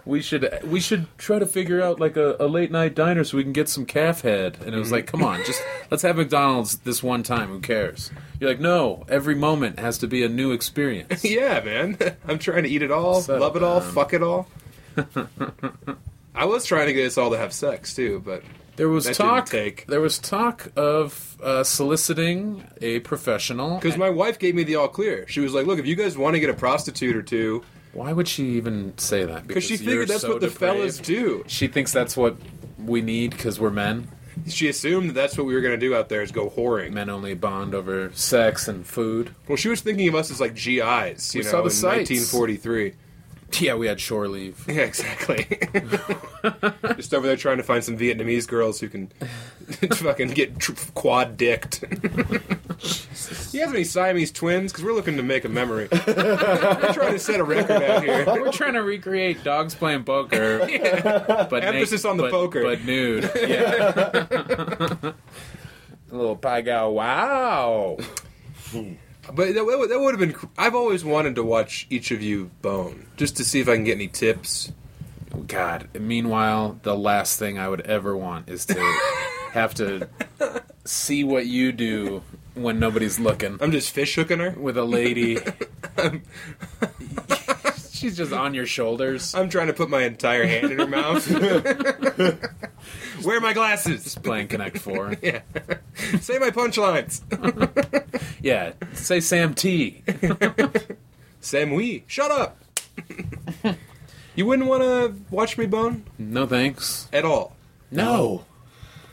Speaker 2: we should we should try to figure out like a, a late night diner so we can get some calf head. And it was like, come on, just let's have McDonald's this one time. Who cares? You're like, no, every moment has to be a new experience.
Speaker 1: yeah, man. I'm trying to eat it all,
Speaker 2: Settle
Speaker 1: love it all,
Speaker 2: down.
Speaker 1: fuck it all. I was trying to get us all to have sex too, but
Speaker 2: There was
Speaker 1: That didn't
Speaker 2: talk.
Speaker 1: take.
Speaker 2: There was talk of uh, soliciting a professional.
Speaker 1: because my wife gave me the all clear. She was like, "Look, if you guys want to get a prostitute or two,
Speaker 2: Why would she even say that?
Speaker 1: because she
Speaker 2: you're
Speaker 1: figured that's
Speaker 2: so
Speaker 1: what the
Speaker 2: depraved.
Speaker 1: fellas do.
Speaker 2: She thinks that's what we need because we're men.
Speaker 1: She assumed that that's what we were going to do out there is go whoring.
Speaker 2: Men only bond over sex and food.
Speaker 1: Well, she was thinking of us as like GIs, you
Speaker 2: We
Speaker 1: know,
Speaker 2: saw the
Speaker 1: in
Speaker 2: sights.
Speaker 1: 1943.
Speaker 2: Yeah, we had shore leave.
Speaker 1: Yeah, exactly. Just over there trying to find some Vietnamese girls who can fucking get tr- quad dicked. You guys have any Siamese twins? Because we're looking to make a memory. we're trying to set a record out here.
Speaker 2: We're trying to recreate dogs playing poker, but
Speaker 1: Emphasis
Speaker 2: naked-
Speaker 1: on the
Speaker 2: but-
Speaker 1: poker.
Speaker 2: but nude. Yeah. A little pie go, wow.
Speaker 1: But that, would- that would have been. cr- I've always wanted to watch each of you bone, just to see if I can get any tips.
Speaker 2: God. Meanwhile, the last thing I would ever want is to have to see what you do when nobody's looking
Speaker 1: I'm just fish hooking her.
Speaker 2: with a lady. She's just on your shoulders.
Speaker 1: I'm trying to put my entire hand in her mouth. Where are my glasses?
Speaker 2: Playing Connect Four.
Speaker 1: Yeah. Say my punchlines.
Speaker 2: Yeah, say Sam T.
Speaker 1: Sam we. Shut up. you wouldn't want to watch me bone
Speaker 2: No thanks.
Speaker 1: at all.
Speaker 2: No.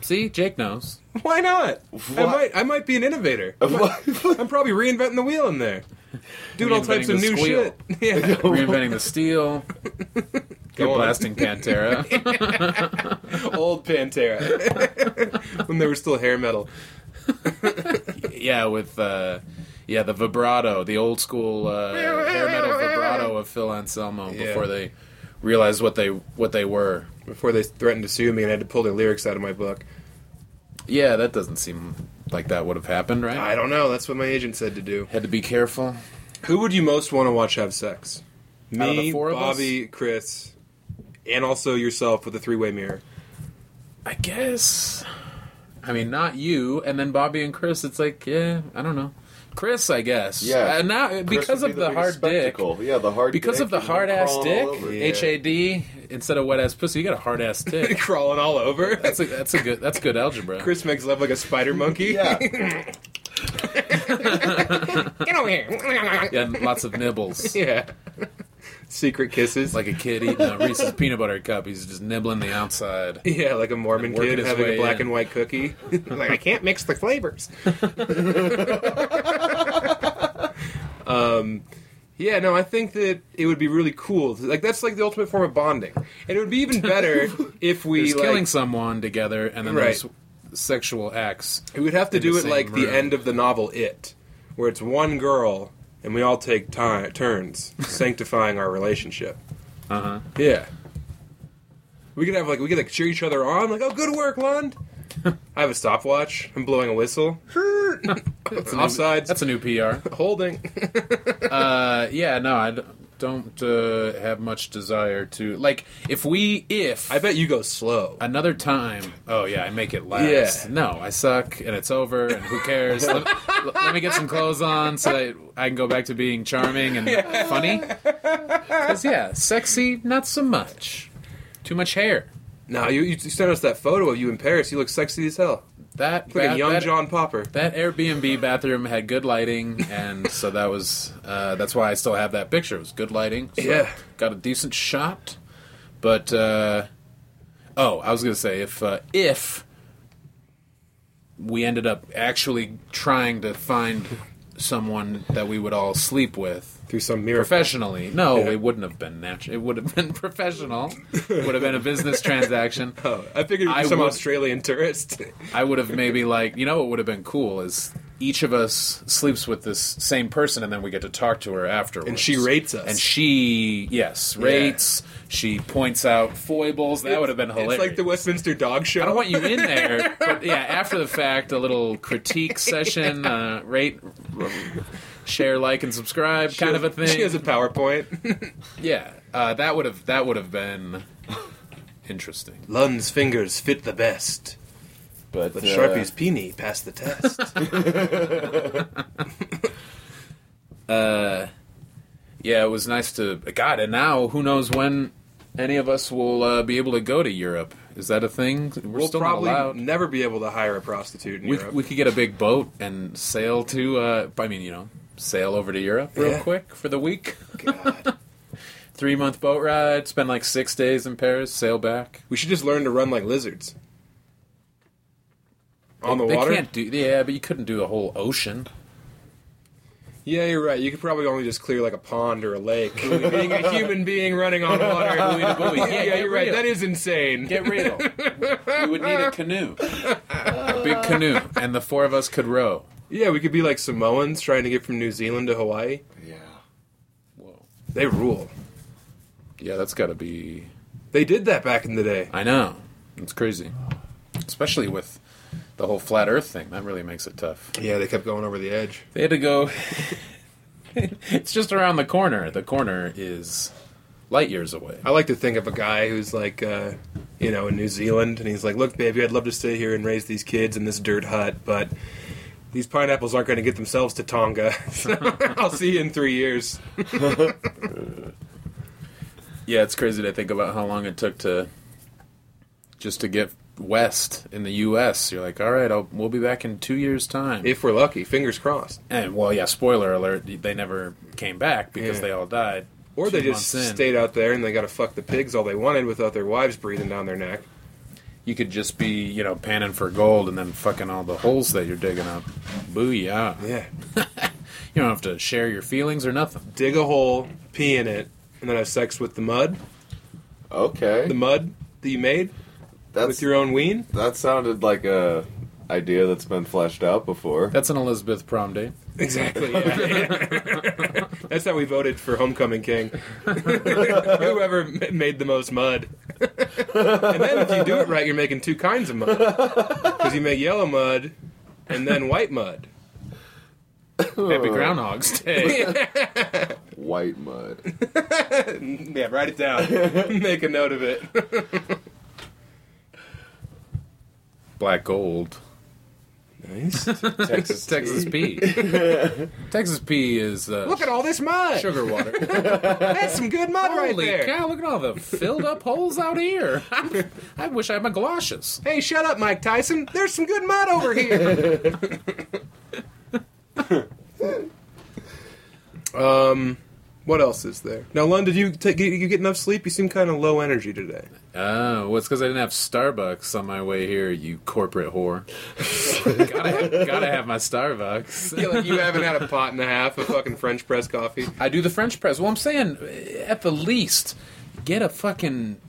Speaker 2: See, Jake knows.
Speaker 1: Why not? I
Speaker 3: What?
Speaker 1: might. I might be an innovator. I'm probably reinventing the wheel in there. Doing all types of
Speaker 2: Reinventing the
Speaker 1: new
Speaker 2: squeal.
Speaker 1: shit. Yeah.
Speaker 2: reinventing the steel.
Speaker 1: Go
Speaker 2: You're
Speaker 1: on.
Speaker 2: blasting Pantera.
Speaker 1: Old Pantera. when they were still hair metal.
Speaker 2: yeah, with uh, yeah the vibrato, the old school uh, hair metal vibrato of Phil Anselmo
Speaker 1: Yeah.
Speaker 2: before they realized what they what they were.
Speaker 1: Before they threatened to sue me and I had to pull their lyrics out of my book.
Speaker 2: Yeah, that doesn't seem like that would have happened, right?
Speaker 1: I don't know. That's what my agent said to do.
Speaker 2: Had to be careful.
Speaker 1: Who would you most want to watch have sex? Me,
Speaker 2: Out of the four of us?
Speaker 1: Bobby, Chris, and also yourself with a three-way mirror.
Speaker 2: I guess. I mean, not you, and then Bobby and Chris. It's like, yeah, I don't know. Chris, I guess.
Speaker 3: Yeah.
Speaker 2: Uh, now because of the, hard dick.
Speaker 3: dick. Yeah, the hard
Speaker 2: Because
Speaker 3: dick
Speaker 2: of the
Speaker 3: and
Speaker 2: hard ass
Speaker 3: crawling all
Speaker 2: dick,
Speaker 3: over.
Speaker 1: Yeah.
Speaker 2: H A D instead of wet ass pussy, you got a hard ass dick.
Speaker 1: Crawling all over.
Speaker 2: That's a, that's a good that's good algebra.
Speaker 1: Chris makes love like a spider monkey.
Speaker 3: Yeah.
Speaker 1: Get over here.
Speaker 2: Yeah, and lots of nibbles.
Speaker 1: Yeah. Secret kisses.
Speaker 2: Like a kid eating a Reese's peanut butter cup, he's just nibbling the outside.
Speaker 1: yeah, like a Mormon
Speaker 2: Working
Speaker 1: kid
Speaker 2: his
Speaker 1: having
Speaker 2: way
Speaker 1: a black
Speaker 2: in.
Speaker 1: and white cookie. like I can't mix the flavors. um, Um, yeah, no, I think that it would be really cool. Like that's like the ultimate form of bonding, and it would be even better if we
Speaker 2: He's
Speaker 1: like
Speaker 2: killing someone together, and then
Speaker 1: Right.
Speaker 2: there's sexual acts.
Speaker 1: we would have to
Speaker 2: in the
Speaker 1: do it
Speaker 2: same
Speaker 1: like the
Speaker 2: room.
Speaker 1: end of the novel It, where it's one girl and we all take ti turns sanctifying our relationship.
Speaker 2: Uh
Speaker 1: Uh-huh.
Speaker 2: huh.
Speaker 1: Yeah. We could have like we could like cheer each other on, like, oh good work, Lund. I have a stopwatch. I'm blowing a whistle. Offsides
Speaker 2: That's a new PR.
Speaker 1: holding.
Speaker 2: Uh, yeah, no, I d- don't uh, have much desire to like if we if
Speaker 1: I bet you go slow.
Speaker 2: another time. Oh yeah, I make it last.
Speaker 1: Yeah.
Speaker 2: No, I suck, and it's over, and who cares? let, l- let me get some clothes on so that I can go back to being charming and funny. 'Cause, yeah, sexy, not so much. Too much hair.
Speaker 1: Now you you sent us that photo of you in Paris. You look sexy as hell.
Speaker 2: That
Speaker 1: Like
Speaker 2: bath-
Speaker 1: a young
Speaker 2: that,
Speaker 1: John Popper.
Speaker 2: That Airbnb bathroom had good lighting, and so that was uh, that's why I still have that picture. It was good lighting. So
Speaker 1: Yeah.
Speaker 2: got a decent shot. But uh, oh, I was gonna say if uh, if we ended up actually trying to find someone that we would all sleep with
Speaker 1: through some miracle.
Speaker 2: professionally. No,
Speaker 1: Yeah.
Speaker 2: it wouldn't have been natural. It would have been professional. It would have been a business transaction.
Speaker 1: Oh, I figured it
Speaker 2: I
Speaker 1: was some
Speaker 2: would-
Speaker 1: Australian tourist.
Speaker 2: I would have maybe like you know what would have been cool is each of us sleeps with this same person and then we get to talk to her afterwards.
Speaker 1: And she rates us.
Speaker 2: And she yes rates. She points out foibles. That would have been hilarious.
Speaker 1: It's like the Westminster Dog Show.
Speaker 2: I don't want you in there, but yeah, after the fact, a little critique session, uh, rate, r- share, like, and subscribe, kind of a thing.
Speaker 1: She has a PowerPoint.
Speaker 2: yeah, uh, that would have that would have been interesting.
Speaker 1: Lund's fingers fit the best,
Speaker 3: But,
Speaker 1: but
Speaker 3: uh,
Speaker 1: Sharpie's peenie passed the test.
Speaker 2: Yeah, it was nice to. God, and now who knows when any of us will uh, be able to go to Europe? Is that a thing? We're
Speaker 1: we'll
Speaker 2: still
Speaker 1: probably
Speaker 2: not allowed.
Speaker 1: never be able to hire a prostitute in
Speaker 2: We,
Speaker 1: Europe.
Speaker 2: we could get a big boat and sail to. Uh, I mean, you know, sail over to Europe real
Speaker 1: Yeah.
Speaker 2: quick for the week.
Speaker 1: God.
Speaker 2: Three month boat ride. Spend like six days in Paris. Sail back.
Speaker 1: we should just learn to run like lizards on the
Speaker 2: they
Speaker 1: water.
Speaker 2: can't do. Yeah, but you couldn't do the whole ocean.
Speaker 1: Yeah, you're right. You could probably only just clear like a pond or a lake. Being a human being running on water.
Speaker 2: to buoy. Yeah,
Speaker 1: yeah,
Speaker 2: get
Speaker 1: you're right.
Speaker 2: real.
Speaker 1: That is insane.
Speaker 2: Get real. we would need a canoe, a big canoe, and the four of us could row.
Speaker 1: yeah, we could be like Samoans trying to get from New Zealand to Hawaii.
Speaker 3: Yeah.
Speaker 2: Whoa.
Speaker 1: They rule.
Speaker 2: Yeah, that's got to be.
Speaker 1: They did that back in the day.
Speaker 2: I know. It's crazy. Especially with the whole flat earth thing. That really makes it tough.
Speaker 1: Yeah, they kept going over the edge.
Speaker 2: They had to go. it's just around the corner. The corner is light years away.
Speaker 1: I like to think of a guy who's like, uh, you know, in New Zealand, and he's like, "Look, baby, I'd love to stay here and raise these kids in this dirt hut, but these pineapples aren't going to get themselves to Tonga. So I'll see you in three years."
Speaker 2: Yeah, it's crazy to think about how long it took to just to get west in the U.S. You're like, all right, I'll, we'll be back in two years' time.
Speaker 1: If we're lucky, fingers crossed.
Speaker 2: and well, yeah, spoiler alert, they never came back because
Speaker 1: Yeah.
Speaker 2: they all died.
Speaker 1: Or they
Speaker 2: two
Speaker 1: just
Speaker 2: months in.
Speaker 1: stayed out there and they got to fuck the pigs all they wanted without their wives breathing down their neck.
Speaker 2: You could just be, you know, panning for gold and then fucking all the holes that you're digging up. Booyah.
Speaker 1: Yeah,
Speaker 2: You don't have to share your feelings or nothing.
Speaker 1: dig a hole, pee in it, and then have sex with the mud,
Speaker 3: Okay.
Speaker 1: the mud that you made
Speaker 3: That's
Speaker 1: with your own ween.
Speaker 3: that sounded like a idea that's been fleshed out before.
Speaker 2: That's an Elizabeth prom date.
Speaker 1: Exactly. yeah. That's how we voted for Homecoming King. Whoever m- made the most mud. and then if you do it right, you're making two kinds of mud. Because you make yellow mud and then white mud.
Speaker 2: Happy Groundhog's Day.
Speaker 3: White mud.
Speaker 1: Yeah, write it down. make a note of it.
Speaker 2: Black gold.
Speaker 1: Nice.
Speaker 3: Texas.
Speaker 2: Texas pea. Texas pea is uh,
Speaker 1: Look at all this mud.
Speaker 2: sugar water.
Speaker 1: That's some good mud right
Speaker 2: Holy
Speaker 1: there.
Speaker 2: cow! Look at all the filled up holes out here. I'm, I wish I had my galoshes.
Speaker 1: Hey, shut up, Mike Tyson. There's some good mud over here. um, what else is there? Now, Lon, did you take you you get enough sleep? You seem kind of low energy today.
Speaker 2: Oh, well, it's because I didn't have Starbucks on my way here. You corporate whore. gotta, have, gotta have my Starbucks.
Speaker 1: Yeah, like you haven't had a pot and a half of fucking French press coffee.
Speaker 2: I do the French press. Well, I'm saying, at the least, get a fucking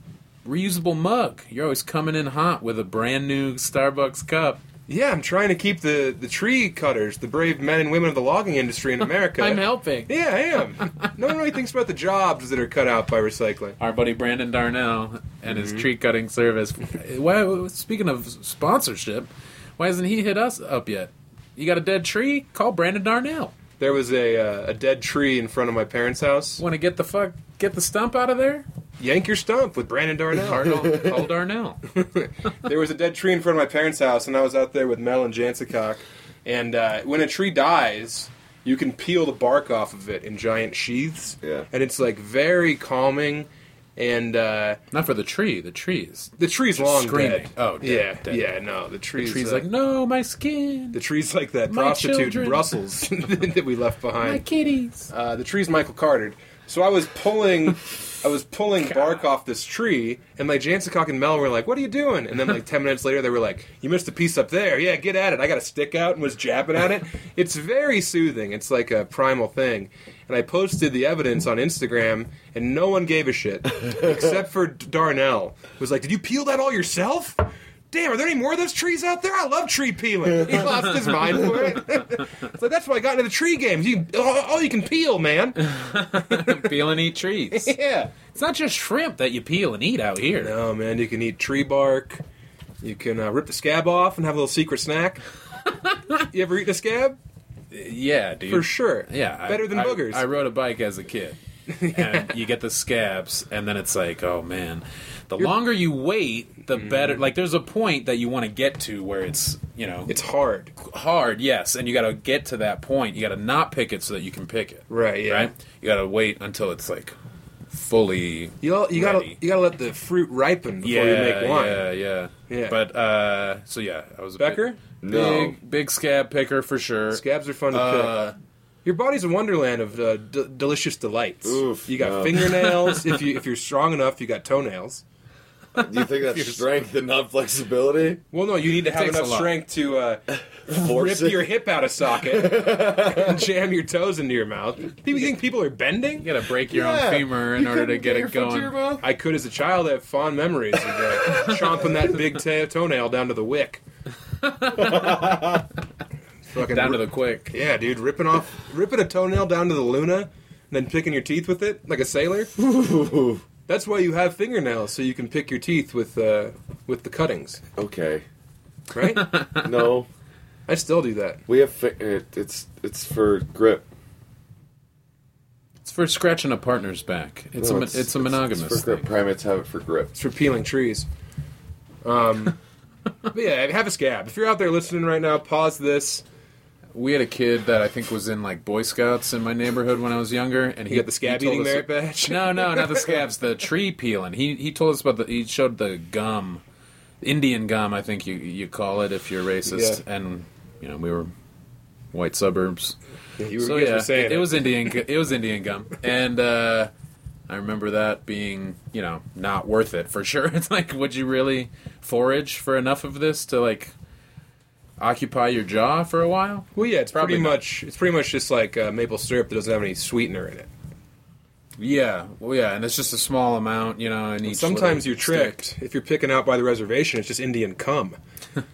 Speaker 2: reusable mug. You're always coming in hot with a brand new Starbucks cup.
Speaker 1: Yeah, I'm trying to keep the the tree cutters, the brave men and women of the logging industry in America.
Speaker 2: I'm helping.
Speaker 1: Yeah, I am. No one really thinks about the jobs that are cut out by recycling.
Speaker 2: Our buddy Brandon Darnell and his tree cutting service. Why, speaking of sponsorship, why hasn't he hit us up yet? You got a dead tree? Call Brandon Darnell.
Speaker 1: There was a uh, a dead tree in front of my parents' house.
Speaker 2: Want to get the fuck get the stump out of there?
Speaker 1: Yank your stump with Brandon Darnell.
Speaker 2: Darnell, call Darnell.
Speaker 1: there was a dead tree in front of my parents' house, and I was out there with Mel and Jansicock. And uh, when a tree dies, you can peel the bark off of it in giant sheaths.
Speaker 3: Yeah.
Speaker 1: And it's like very calming. And uh,
Speaker 2: Not for the tree. The trees.
Speaker 1: the tree's long
Speaker 2: screaming.
Speaker 1: dead.
Speaker 2: Oh, dead,
Speaker 1: yeah,
Speaker 2: dead.
Speaker 1: yeah. No, the tree's,
Speaker 2: The tree's
Speaker 1: uh,
Speaker 2: like, no, my skin,
Speaker 1: the tree's like that
Speaker 2: My
Speaker 1: prostitute in
Speaker 2: children."
Speaker 1: Brussels that we left
Speaker 2: my
Speaker 1: behind.
Speaker 2: kitties.
Speaker 1: Uh, the tree's Michael Carter. So I was pulling, I was pulling bark off this tree, and like Jansencock and Mel were like, "What are you doing?" And then like ten minutes later, they were like, "You missed a piece up there. Yeah, get at it." I got a stick out and was jabbing at it. It's very soothing. It's like a primal thing. And I posted the evidence on Instagram, and no one gave a shit except for Darnell. Who was like, "Did you peel that all yourself?" Damn, are there any more of those trees out there? I love tree peeling. He lost his mind for it. it's like that's why I got into the tree games. You all, all you can peel, man.
Speaker 2: peel and eat trees.
Speaker 1: Yeah.
Speaker 2: It's not just shrimp that you peel and eat out here.
Speaker 1: No, Oh, man, you can eat tree bark. You can uh, rip the scab off and have a little secret snack. you ever eaten a scab?
Speaker 2: Yeah, dude.
Speaker 1: For sure.
Speaker 2: Yeah, I-
Speaker 1: Better than
Speaker 2: I-
Speaker 1: boogers.
Speaker 2: I rode a bike as a kid, and you get the scabs, and then it's like, oh man, the longer you wait,
Speaker 1: Mm-hmm.
Speaker 2: the better. Like, there's a point that you want to get to where it's, you know,
Speaker 1: it's hard.
Speaker 2: hard, yes, and you got to get to that point. You got to not pick it so that you can pick it,
Speaker 1: Right, yeah.
Speaker 2: right? You got to wait until it's like fully.
Speaker 1: You, all, you gotta
Speaker 2: Ready.
Speaker 1: you gotta let the fruit ripen before you make wine.
Speaker 2: yeah, yeah,
Speaker 1: Yeah.
Speaker 2: But uh, so yeah, I was a
Speaker 1: Becker?
Speaker 2: big,
Speaker 3: No.
Speaker 2: big, big scab picker for sure.
Speaker 1: Scabs are fun to
Speaker 2: Uh,
Speaker 1: pick. Your body's a wonderland of uh, d- delicious delights.
Speaker 3: Oof,
Speaker 1: you got
Speaker 3: no.
Speaker 1: fingernails. if you if you're strong enough, you got toenails.
Speaker 3: Do you think that's strength and not flexibility?
Speaker 1: Well, no, you need to have
Speaker 2: takes a
Speaker 1: enough
Speaker 2: lot.
Speaker 1: strength to uh, rip
Speaker 3: Force it?
Speaker 1: your hip out of socket and jam your toes into your mouth. People think people are bending.
Speaker 2: You gotta break your
Speaker 3: Yeah,
Speaker 2: own femur in
Speaker 3: you
Speaker 2: order to
Speaker 3: couldn't
Speaker 2: get
Speaker 3: your
Speaker 2: it
Speaker 3: foot to your
Speaker 2: going.
Speaker 3: mouth?
Speaker 1: I could, as a child, have fond memories of uh, chomping that big ta toenail down to the wick. Fucking
Speaker 2: Down to
Speaker 1: rip-
Speaker 2: the quick.
Speaker 1: yeah, dude, ripping off, ripping a toenail down to the luna, and then picking your teeth with it like a sailor. That's why you have fingernails, so you can pick your teeth with uh, with the cuttings,
Speaker 3: Okay.
Speaker 1: right?
Speaker 3: No.
Speaker 1: I still do that.
Speaker 3: We have. Fi- it, it's it's for grip.
Speaker 2: It's for scratching a partner's back. It's
Speaker 3: No,
Speaker 2: a it's, a monogamous
Speaker 3: it's for grip.
Speaker 2: thing.
Speaker 3: Primates have it for grip.
Speaker 1: It's for peeling trees. Um, but yeah, have a scab. If you're out there listening right now, pause this.
Speaker 2: We had a kid that I think was in like Boy Scouts in my neighborhood when I was younger, and he
Speaker 1: You got the scab
Speaker 2: he
Speaker 1: eating
Speaker 2: told
Speaker 1: merit
Speaker 2: us-
Speaker 1: badge.
Speaker 2: No, no, not the scabs. The tree peeling. He he told us about the. He showed the gum, Indian gum. I think you you call it if you're racist. And you know we were white suburbs.
Speaker 1: You
Speaker 2: So
Speaker 1: you guys
Speaker 2: yeah,
Speaker 1: were saying
Speaker 2: it, it was Indian. gu- It was Indian gum, and uh, I remember that being, you know, not worth it for sure. It's like, would you really forage for enough of this to like occupy your jaw for a while?
Speaker 1: Well, yeah, it's
Speaker 2: Probably
Speaker 1: pretty
Speaker 2: not.
Speaker 1: much it's pretty much just like uh, maple syrup that doesn't have any sweetener in it.
Speaker 2: Yeah, well, yeah, and it's just a small amount, you know. And each
Speaker 1: Sometimes
Speaker 2: little
Speaker 1: you're tricked
Speaker 2: stick.
Speaker 1: if you're picking out by the reservation. It's just Indian cum, and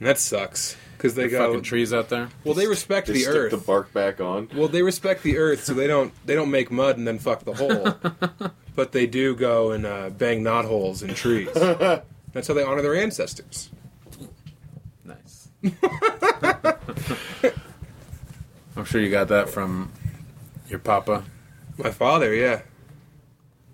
Speaker 1: that sucks because they go.
Speaker 2: Fucking trees out there.
Speaker 1: well, they respect
Speaker 3: They
Speaker 1: the
Speaker 3: stick
Speaker 1: earth.
Speaker 3: the bark back on.
Speaker 1: well, they respect the earth, so they don't they don't make mud and then fuck the hole. but they do go and uh, bang knot holes in trees. That's how they honor their ancestors.
Speaker 2: Nice. I'm sure you got that from your papa,
Speaker 1: My father, yeah,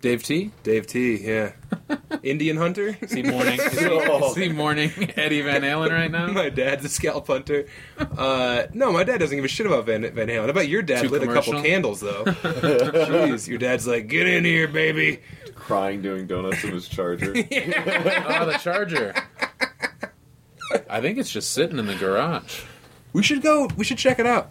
Speaker 2: Dave T.
Speaker 1: Dave T, yeah, Indian hunter.
Speaker 2: Is he mourning? Is he, is he mourning Eddie Van Halen right now?
Speaker 1: My dad's a scalp hunter. Uh, no, my dad doesn't give a shit about Van, Van Halen. I bet your dad
Speaker 2: Too
Speaker 1: lit a couple
Speaker 2: commercial?
Speaker 1: candles, though. Jeez, your dad's like, get in here, baby.
Speaker 3: Crying, doing donuts in his charger.
Speaker 2: Oh, the charger. I think it's just sitting in the garage.
Speaker 1: We should go. We should check it out.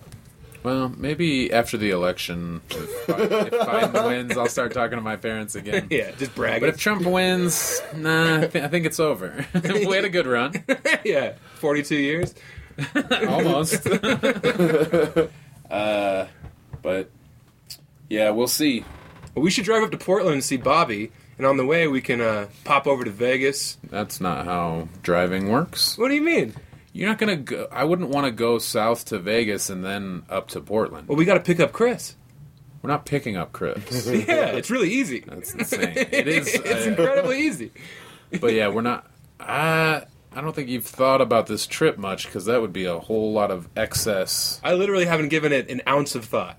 Speaker 2: Well, maybe after the election, if Biden, if Biden wins, I'll start talking to my parents again.
Speaker 1: Yeah, just bragging.
Speaker 2: But if Trump wins, nah, I, thi- I think it's over. we had a good run,
Speaker 1: yeah, forty-two years.
Speaker 2: almost. uh, but yeah, we'll see.
Speaker 1: Well, we should drive up to Portland and see Bobby, and on the way we can uh, pop over to Vegas.
Speaker 2: That's not how driving works.
Speaker 1: What do you mean?
Speaker 2: You're not gonna go. I wouldn't want to go south to Vegas and then up to Portland.
Speaker 1: Well, we got to pick up Chris.
Speaker 2: We're not picking up Chris.
Speaker 1: Yeah, it's really easy.
Speaker 2: That's insane. It is.
Speaker 1: it's
Speaker 2: uh,
Speaker 1: incredibly easy.
Speaker 2: But yeah, we're not. I I don't think you've thought about this trip much because that would be a whole lot of excess.
Speaker 1: I literally haven't given it an ounce of thought.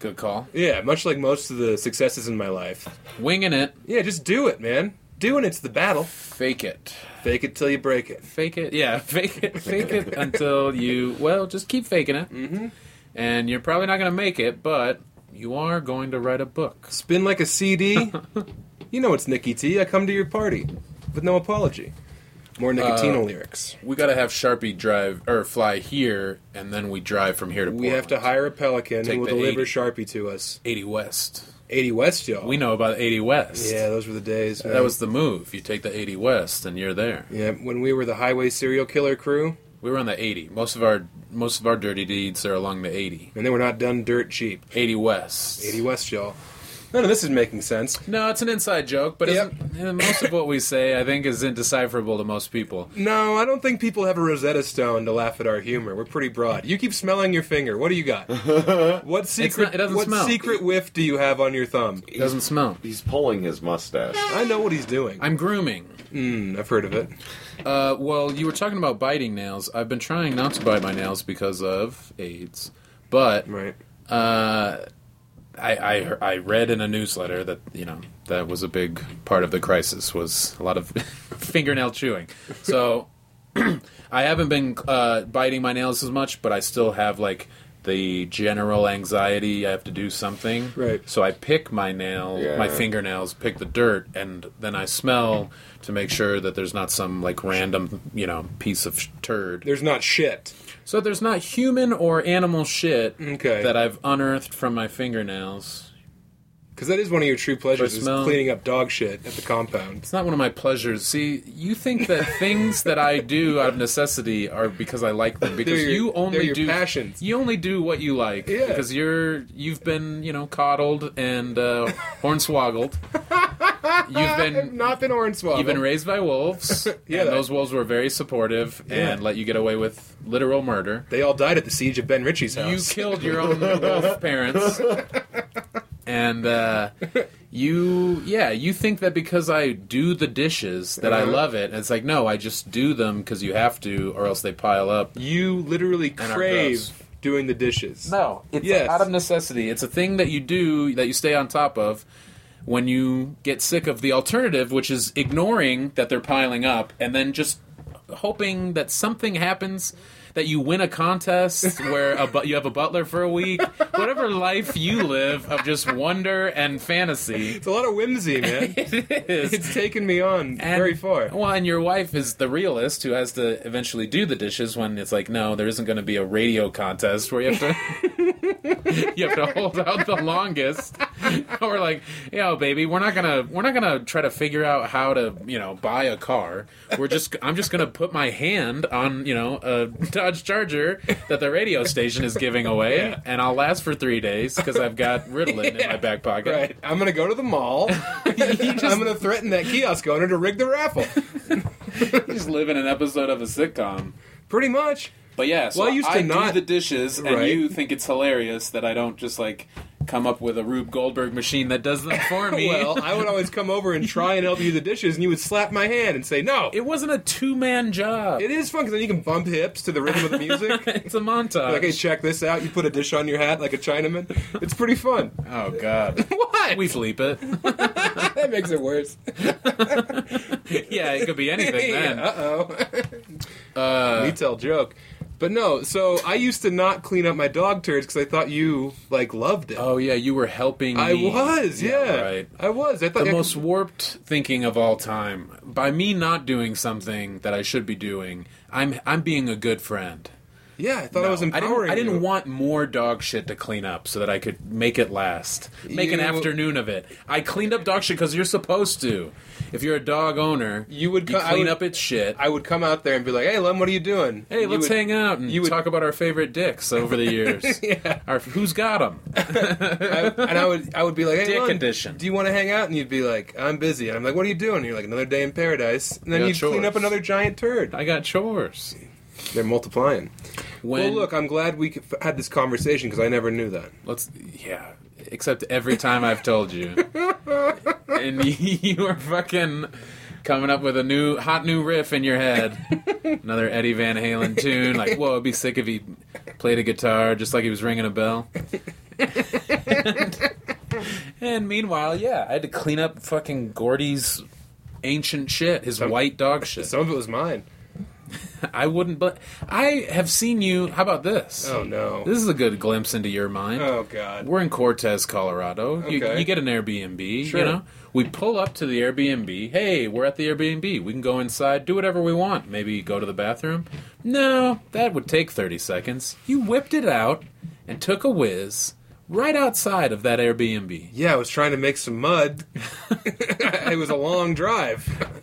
Speaker 2: Good call.
Speaker 1: Yeah, much like most of the successes in my life.
Speaker 2: Winging it,
Speaker 1: Yeah, just do it, man. Doing it's the battle.
Speaker 2: fake it,
Speaker 1: Fake it till you break it.
Speaker 2: fake it. Yeah, fake it, fake it until you. Well, just keep faking it, mm-hmm. and you're probably not going to make it, but you are going to write a book.
Speaker 1: Spin like a CD. you know it's Nikki T. I come to your party with no apology. More
Speaker 2: Uh,
Speaker 1: Nicotino lyrics.
Speaker 2: We got to have Sharpie drive or fly here, and then we drive from here to.
Speaker 1: We have to
Speaker 2: Portland.
Speaker 1: hire a pelican
Speaker 2: Take
Speaker 1: who will
Speaker 2: the
Speaker 1: deliver
Speaker 2: 80.
Speaker 1: Sharpie to us.
Speaker 2: eighty west.
Speaker 1: 80 West, y'all.
Speaker 2: We know about 80 West.
Speaker 1: yeah, those were the days. man.
Speaker 2: That was the move. You take the 80 West and you're there.
Speaker 1: yeah, when we were the highway serial killer crew,
Speaker 2: We were on the 80. Most of our most of our dirty deeds are along the 80.
Speaker 1: and they were not done dirt cheap.
Speaker 2: 80 West.
Speaker 1: 80 West, y'all. None of this is making sense.
Speaker 2: No, it's an inside joke, but
Speaker 1: Yep.
Speaker 2: isn't- eh, most of what we say, I think, is indecipherable to most people.
Speaker 1: No, I don't think people have a Rosetta Stone to laugh at our humor. We're pretty broad. You keep smelling your finger. What do you got? what secret?
Speaker 2: not- it doesn't
Speaker 1: what
Speaker 2: smell.
Speaker 1: secret whiff do you have on your thumb?
Speaker 2: It doesn't smell.
Speaker 3: He's pulling his mustache.
Speaker 1: I know what he's doing.
Speaker 2: I'm grooming.
Speaker 1: Mm, I've heard of it.
Speaker 2: Uh, well, you were talking about biting nails. I've been trying not to bite my nails because of AIDS, but
Speaker 1: Right.
Speaker 2: uh, I, I he- I read in a newsletter that you know that was a big part of the crisis was a lot of fingernail chewing. So I haven't been uh, biting my nails as much, but I still have like the general anxiety. I have to do something.
Speaker 1: Right.
Speaker 2: So I pick my nail,
Speaker 3: Yeah.
Speaker 2: my fingernails, pick the dirt, and then I smell to make sure that there's not some like random you know piece of sh- turd.
Speaker 1: There's not shit.
Speaker 2: So there's not human or animal shit
Speaker 1: Okay.
Speaker 2: that I've unearthed from my fingernails.
Speaker 1: Because that is one of your true pleasures
Speaker 2: Or
Speaker 1: is
Speaker 2: smell.
Speaker 1: cleaning up dog shit at the compound.
Speaker 2: It's not one of my pleasures. See, you think that things that I do out of necessity are because I like them because
Speaker 1: your-
Speaker 2: you only
Speaker 1: they're your
Speaker 2: do
Speaker 1: passions.
Speaker 2: You only do what you like
Speaker 1: Yeah.
Speaker 2: because you're you've been, you know, coddled and uh, hornswoggled. You've
Speaker 1: I've
Speaker 2: been
Speaker 1: not been hornswoggled.
Speaker 2: you've been raised by wolves
Speaker 1: Yeah,
Speaker 2: and
Speaker 1: that-
Speaker 2: those wolves were very supportive
Speaker 1: Yeah.
Speaker 2: and let you get away with literal murder.
Speaker 1: they all died at the siege of Ben Ritchie's
Speaker 2: You
Speaker 1: house.
Speaker 2: killed your own wolf parents. And uh, you, yeah, you think that because I do the dishes that I
Speaker 1: Uh-huh.
Speaker 2: love it. And it's like, no, I just do them because you have to, or else they pile up.
Speaker 1: You literally
Speaker 2: And our
Speaker 1: crave
Speaker 2: gross.
Speaker 1: doing the dishes.
Speaker 2: No, it's
Speaker 1: Yes.
Speaker 2: out of necessity. It's a thing that you do that you stay on top of when you get sick of the alternative, which is ignoring that they're piling up and then just hoping that something happens. That you win a contest where a but you have a butler for a week, whatever life you live of just wonder and fantasy.
Speaker 1: It's a lot of whimsy, man.
Speaker 2: It is.
Speaker 1: it's taken me on
Speaker 2: And-
Speaker 1: very far.
Speaker 2: Well, and your wife is the realist who has to eventually do the dishes when it's like, no, there isn't going to be a radio contest where you have to you have to hold out the longest, or like, yo, baby, we're not gonna we're not gonna try to figure out how to you know buy a car. We're just I'm just gonna put my hand on you know a Dodge Charger that the radio station is giving away,
Speaker 1: Yeah.
Speaker 2: and I'll last for three days because I've got Ritalin in my back pocket.
Speaker 1: Right. I'm going to go to the mall. I'm going to threaten that kiosk owner to rig the raffle.
Speaker 2: Just live in an episode of a sitcom.
Speaker 1: Pretty much.
Speaker 2: But yeah, so
Speaker 1: Well, I used to
Speaker 2: do
Speaker 1: not-
Speaker 2: the dishes, and
Speaker 1: Right.
Speaker 2: you think it's hilarious that I don't just like come up with a Rube Goldberg machine that does them for me.
Speaker 1: Well, I would always come over and try and help you do the dishes, and you would slap my hand and say, No,
Speaker 2: it wasn't a two man job.
Speaker 1: it is fun because then you can bump hips to the rhythm of the music.
Speaker 2: it's a montage.
Speaker 1: Like, hey, check this out. You put a dish on your hat like a Chinaman. It's pretty fun.
Speaker 2: oh god,
Speaker 1: What?
Speaker 2: we bleep it.
Speaker 1: that makes it worse.
Speaker 2: yeah, it could be anything then. Uh,
Speaker 1: Uh oh. We tell joke. But no, so I used to not clean up my dog turds because I thought you like loved it.
Speaker 2: oh yeah, you were helping.
Speaker 1: I
Speaker 2: me.
Speaker 1: was, yeah,
Speaker 2: right.
Speaker 1: I was. I thought
Speaker 2: The
Speaker 1: I
Speaker 2: most
Speaker 1: could-
Speaker 2: warped thinking of all time. By me not doing something that I should be doing, I'm I'm being a good friend.
Speaker 1: yeah, I thought I was
Speaker 2: No,
Speaker 1: empowering.
Speaker 2: didn't, I didn't
Speaker 1: you.
Speaker 2: want more dog shit to clean up so that I could make it last, make an
Speaker 1: You-
Speaker 2: afternoon of it. I cleaned up dog shit because you're supposed to. If you're a dog owner,
Speaker 1: You would co- I
Speaker 2: clean
Speaker 1: would-
Speaker 2: up its shit.
Speaker 1: I would come out there and be like, "Hey, Lem, what are you doing?"
Speaker 2: hey,
Speaker 1: You
Speaker 2: let's
Speaker 1: would-
Speaker 2: hang out and
Speaker 1: you would-
Speaker 2: talk about our favorite dicks over the years.
Speaker 1: Yeah.
Speaker 2: Our, who's got them?
Speaker 1: I, and I would, I would be like, "Hey,
Speaker 2: Dick
Speaker 1: Lem,
Speaker 2: edition.
Speaker 1: do you want to hang out?" And you'd be like, "I'm busy." And I'm like, "What are you doing?" And you're like, "Another day in paradise." And then
Speaker 2: Yeah,
Speaker 1: you'd clean
Speaker 2: chores.
Speaker 1: up another giant turd.
Speaker 2: I got chores.
Speaker 1: They're multiplying.
Speaker 2: When,
Speaker 1: well, look, I'm glad we c- had this conversation because I never knew that.
Speaker 2: Let's yeah. Except every time I've told you, and you are fucking coming up with a new hot new riff in your head, another Eddie Van Halen tune. Like, whoa, it'd be sick if he played a guitar just like he was ringing a bell. and meanwhile, yeah, I had to clean up fucking Gordy's ancient shit, his white dog shit.
Speaker 1: Some of it was mine.
Speaker 2: I wouldn't, but I have seen you. How about this?
Speaker 1: Oh no.
Speaker 2: This is a good glimpse into your mind.
Speaker 1: oh god.
Speaker 2: We're in Cortez, Colorado. You,
Speaker 1: Okay.
Speaker 2: you get an Airbnb,
Speaker 1: Sure.
Speaker 2: you know? We pull up to the Airbnb. Hey, we're at the Airbnb. We can go inside, do whatever we want. Maybe go to the bathroom. No, that would take 30 seconds. You whipped it out and took a whiz, right outside of that Airbnb.
Speaker 1: Yeah, I was trying to make some mud. it was a long drive.
Speaker 2: A-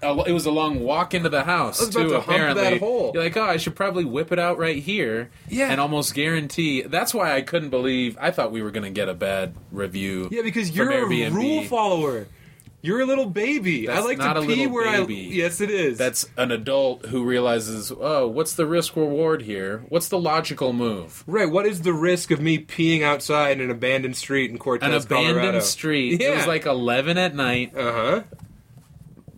Speaker 2: It was a long walk into the house
Speaker 1: I was about
Speaker 2: too.
Speaker 1: to hump
Speaker 2: apparently,
Speaker 1: that hole.
Speaker 2: you're like, oh, I should probably whip it out right here.
Speaker 1: Yeah.
Speaker 2: and almost guarantee. That's why I couldn't believe. I thought we were going to get a bad review.
Speaker 1: Yeah, because
Speaker 2: from
Speaker 1: you're a
Speaker 2: Airbnb.
Speaker 1: rule follower. You're a little baby. I
Speaker 2: That's
Speaker 1: like
Speaker 2: not
Speaker 1: to
Speaker 2: a
Speaker 1: pee
Speaker 2: little
Speaker 1: where
Speaker 2: baby.
Speaker 1: I. Yes, it is.
Speaker 2: That's an adult who realizes, oh, what's the risk reward here? What's the logical move?
Speaker 1: right. What is the risk of me peeing outside in an abandoned street in Cortez,
Speaker 2: An abandoned
Speaker 1: Colorado?
Speaker 2: street. It
Speaker 1: Yeah.
Speaker 2: was like 11 at night.
Speaker 1: Uh huh.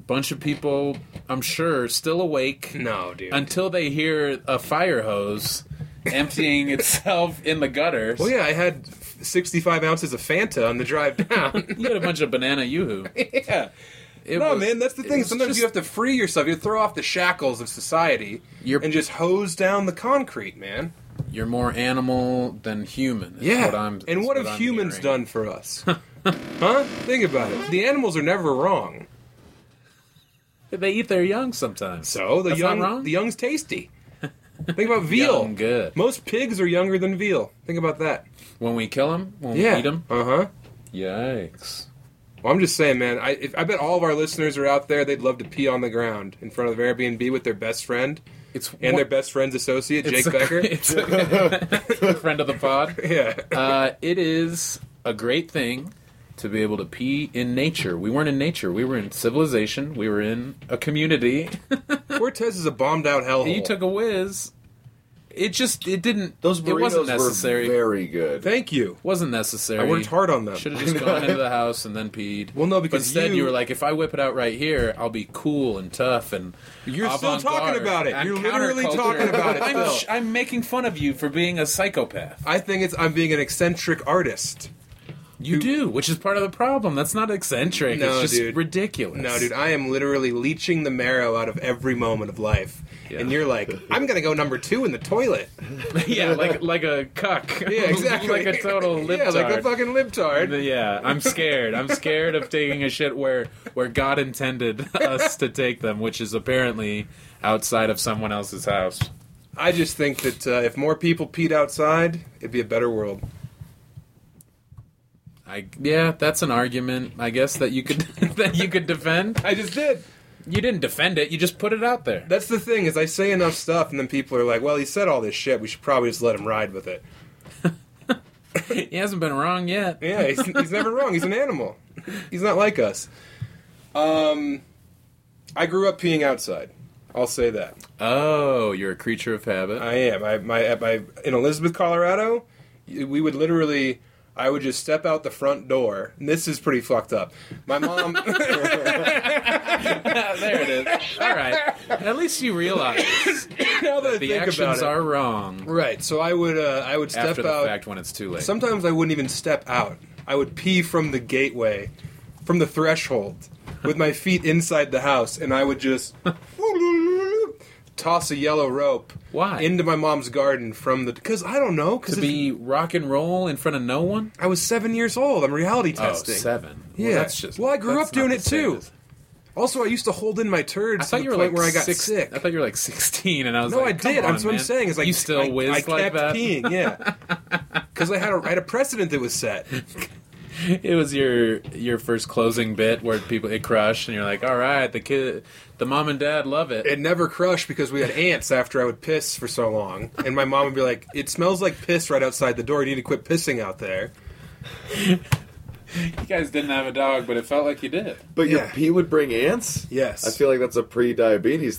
Speaker 2: Bunch of people, I'm sure, still awake
Speaker 1: No, dude.
Speaker 2: until they hear a fire hose emptying itself in the gutters.
Speaker 1: well, yeah, I had 65 ounces of Fanta on the drive down.
Speaker 2: You had a bunch of banana yoo-hoo.
Speaker 1: yeah.
Speaker 2: It
Speaker 1: no,
Speaker 2: was-
Speaker 1: man, that's the
Speaker 2: it
Speaker 1: thing.
Speaker 2: was
Speaker 1: Sometimes you
Speaker 2: just-
Speaker 1: have to free yourself. You throw off the shackles of society
Speaker 2: You're-
Speaker 1: and just hose down the concrete, man.
Speaker 2: You're more animal than human. is
Speaker 1: Yeah.
Speaker 2: what I'm-
Speaker 1: and
Speaker 2: is
Speaker 1: what have
Speaker 2: I'm
Speaker 1: humans
Speaker 2: hearing.
Speaker 1: done for us? huh? Think about it. The animals are never wrong.
Speaker 2: They eat their young sometimes.
Speaker 1: So the
Speaker 2: That's not
Speaker 1: young,
Speaker 2: wrong?
Speaker 1: the young's tasty. Think about veal.
Speaker 2: Young good.
Speaker 1: Most pigs are younger than veal. Think about that.
Speaker 2: When we kill them, when
Speaker 1: Yeah.
Speaker 2: we eat them,
Speaker 1: Uh huh.
Speaker 2: yikes.
Speaker 1: Well, I'm just saying, man. I if, I bet all of our listeners are out there. They'd love to pee on the ground in front of their Airbnb with their best friend
Speaker 2: It's
Speaker 1: and
Speaker 2: one-
Speaker 1: their best friend's associate,
Speaker 2: It's
Speaker 1: Jake
Speaker 2: a-
Speaker 1: Becker.
Speaker 2: it's a- friend of the pod.
Speaker 1: yeah.
Speaker 2: Uh, it is a great thing to be able to pee in nature. We weren't in nature. We were in civilization. We were in a community.
Speaker 1: Cortez is a bombed out hellhole.
Speaker 2: you took a whiz. It just it didn't.
Speaker 3: Those burritos
Speaker 2: it wasn't necessary.
Speaker 3: were very good.
Speaker 1: Thank you.
Speaker 2: wasn't necessary.
Speaker 1: Um, I worked hard on them.
Speaker 2: Should have just gone into the house and then peed.
Speaker 1: Well, no,
Speaker 2: But
Speaker 1: because
Speaker 2: instead you,
Speaker 1: you-
Speaker 2: were like, if I whip it out right here, I'll be cool and tough and
Speaker 1: You're still talking
Speaker 2: avant-garde.
Speaker 1: about it.
Speaker 2: I'm
Speaker 1: You're literally
Speaker 2: counterculture.
Speaker 1: talking about it
Speaker 2: I'm,
Speaker 1: still.
Speaker 2: sh- I'm making fun of you for being a psychopath.
Speaker 1: I think it's I'm being an eccentric artist.
Speaker 2: You do, which is part of the problem. That's not eccentric.
Speaker 1: No,
Speaker 2: it's just
Speaker 1: dude.
Speaker 2: ridiculous.
Speaker 1: No, dude, I am literally leeching the marrow out of every moment of life.
Speaker 2: Yeah.
Speaker 1: And you're like, I'm gonna go number two in the toilet.
Speaker 2: yeah, like like a cuck.
Speaker 1: Yeah, exactly.
Speaker 2: like a total libtard.
Speaker 1: yeah, like a fucking libtard.
Speaker 2: Yeah, I'm scared. I'm scared of taking a shit where where God intended us to take them, which is apparently outside of someone else's house.
Speaker 1: I just think that uh, if more people peed outside, it'd be a better world.
Speaker 2: I yeah, that's an argument. I guess that you could that you could defend.
Speaker 1: I just did.
Speaker 2: You didn't defend it. You just put it out there.
Speaker 1: That's the thing is I say enough stuff, and then people are like, "Well, he said all this shit. We should probably just let him ride with it."
Speaker 2: He hasn't been wrong yet.
Speaker 1: Yeah, he's, he's never wrong. He's an animal. He's not like us. Um, I grew up peeing outside. I'll say that.
Speaker 2: Oh, you're a creature of habit.
Speaker 1: I am. I my, at my in Elizabeth, Colorado, we would literally. I would just step out the front door. And this is pretty fucked up. My mom. Ah,
Speaker 2: there it is. All right. At least you realize
Speaker 1: now that I
Speaker 2: the
Speaker 1: think about
Speaker 2: actions
Speaker 1: it,
Speaker 2: are wrong.
Speaker 1: right. So I would. Uh, I would step
Speaker 2: after the
Speaker 1: out.
Speaker 2: fact when it's too late.
Speaker 1: Sometimes I wouldn't even step out. I would pee from the gateway, from the threshold, with my feet inside the house, and I would just toss a yellow rope
Speaker 2: Why?
Speaker 1: into my mom's garden from the because I don't know because
Speaker 2: to be rock and roll in front of no one.
Speaker 1: I was seven years old. I'm reality
Speaker 2: Oh,
Speaker 1: testing.
Speaker 2: seven.
Speaker 1: Yeah.
Speaker 2: Well, that's just.
Speaker 1: Well, I grew
Speaker 2: that's
Speaker 1: up doing
Speaker 2: not
Speaker 1: it
Speaker 2: the same
Speaker 1: too.
Speaker 2: as-
Speaker 1: Also, I used to hold in my turds
Speaker 2: I
Speaker 1: to
Speaker 2: thought
Speaker 1: the
Speaker 2: you were
Speaker 1: point
Speaker 2: like
Speaker 1: where I got
Speaker 2: six-
Speaker 1: sick.
Speaker 2: I thought you were like sixteen, and I was
Speaker 1: no, I
Speaker 2: like,
Speaker 1: did.
Speaker 2: Come on,
Speaker 1: That's what I'm
Speaker 2: man.
Speaker 1: saying. Is like
Speaker 2: you still
Speaker 1: I,
Speaker 2: whiz
Speaker 1: I kept
Speaker 2: like that.
Speaker 1: peeing, yeah, because I had a I had a precedent that was set.
Speaker 2: It was your your first closing bit where people it crushed, and you're like, all right, the kid, the mom and dad love it.
Speaker 1: It never crushed because we had ants after I would piss for so long, and my mom would be like, "It smells like piss right outside the door. You need to quit pissing out there."
Speaker 2: you guys didn't have a dog, but it felt like you did.
Speaker 3: But your
Speaker 1: Yeah.
Speaker 3: pee would bring ants?
Speaker 1: Yes.
Speaker 3: I feel like that's a pre diabetes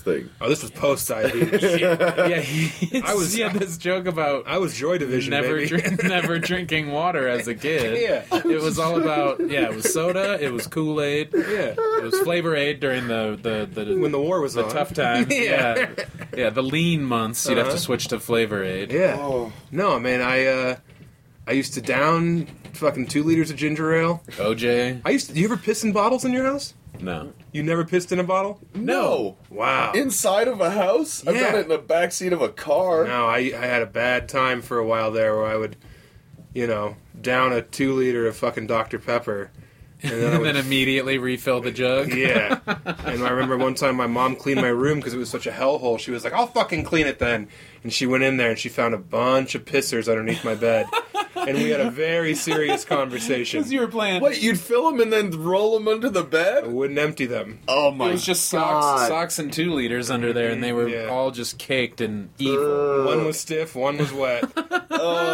Speaker 3: thing.
Speaker 1: Oh, this was post diabetes.
Speaker 2: Yeah, he,
Speaker 1: I was-
Speaker 2: he had this joke about
Speaker 1: I was Joy Division,
Speaker 2: never
Speaker 1: baby.
Speaker 2: drink, never drinking water as a kid.
Speaker 1: Yeah.
Speaker 2: it was all about yeah, it was soda, it was Kool Aid,
Speaker 1: yeah,
Speaker 2: it was Flavor Aid during the the, the
Speaker 1: when the war was
Speaker 2: the
Speaker 1: on.
Speaker 2: tough times. yeah. yeah, the lean months. You'd have
Speaker 1: Uh-huh.
Speaker 2: to switch to Flavor Aid.
Speaker 1: Yeah.
Speaker 3: Oh.
Speaker 1: No, man. I uh, I used to down fucking two liters of ginger ale.
Speaker 2: OJ,
Speaker 1: I used to. Do you ever piss in bottles in your house?
Speaker 2: no.
Speaker 1: You never pissed in a bottle?
Speaker 3: No.
Speaker 1: Wow.
Speaker 3: Inside of a house? I've done
Speaker 1: Yeah.
Speaker 3: it in the backseat of a car.
Speaker 1: No, I, I had a bad time for a while there where I would, you know, down a two liter of fucking Dr. Pepper. And then, I
Speaker 2: And then
Speaker 1: would,
Speaker 2: immediately refill the jug.
Speaker 1: yeah. And I remember one time my mom cleaned my room because it was such a hellhole. She was like, I'll fucking clean it then. And she went in there and she found a bunch of pissers underneath my bed. and we had a very serious conversation.
Speaker 2: Because you were playing.
Speaker 3: Wait, you'd fill them and then roll them under the
Speaker 1: I
Speaker 3: bed?
Speaker 1: wouldn't empty them.
Speaker 3: Oh my!
Speaker 2: It was just
Speaker 3: God.
Speaker 2: socks, socks and two liters under there, and they were
Speaker 1: Yeah.
Speaker 2: all just caked and evil.
Speaker 1: One was stiff, one was wet.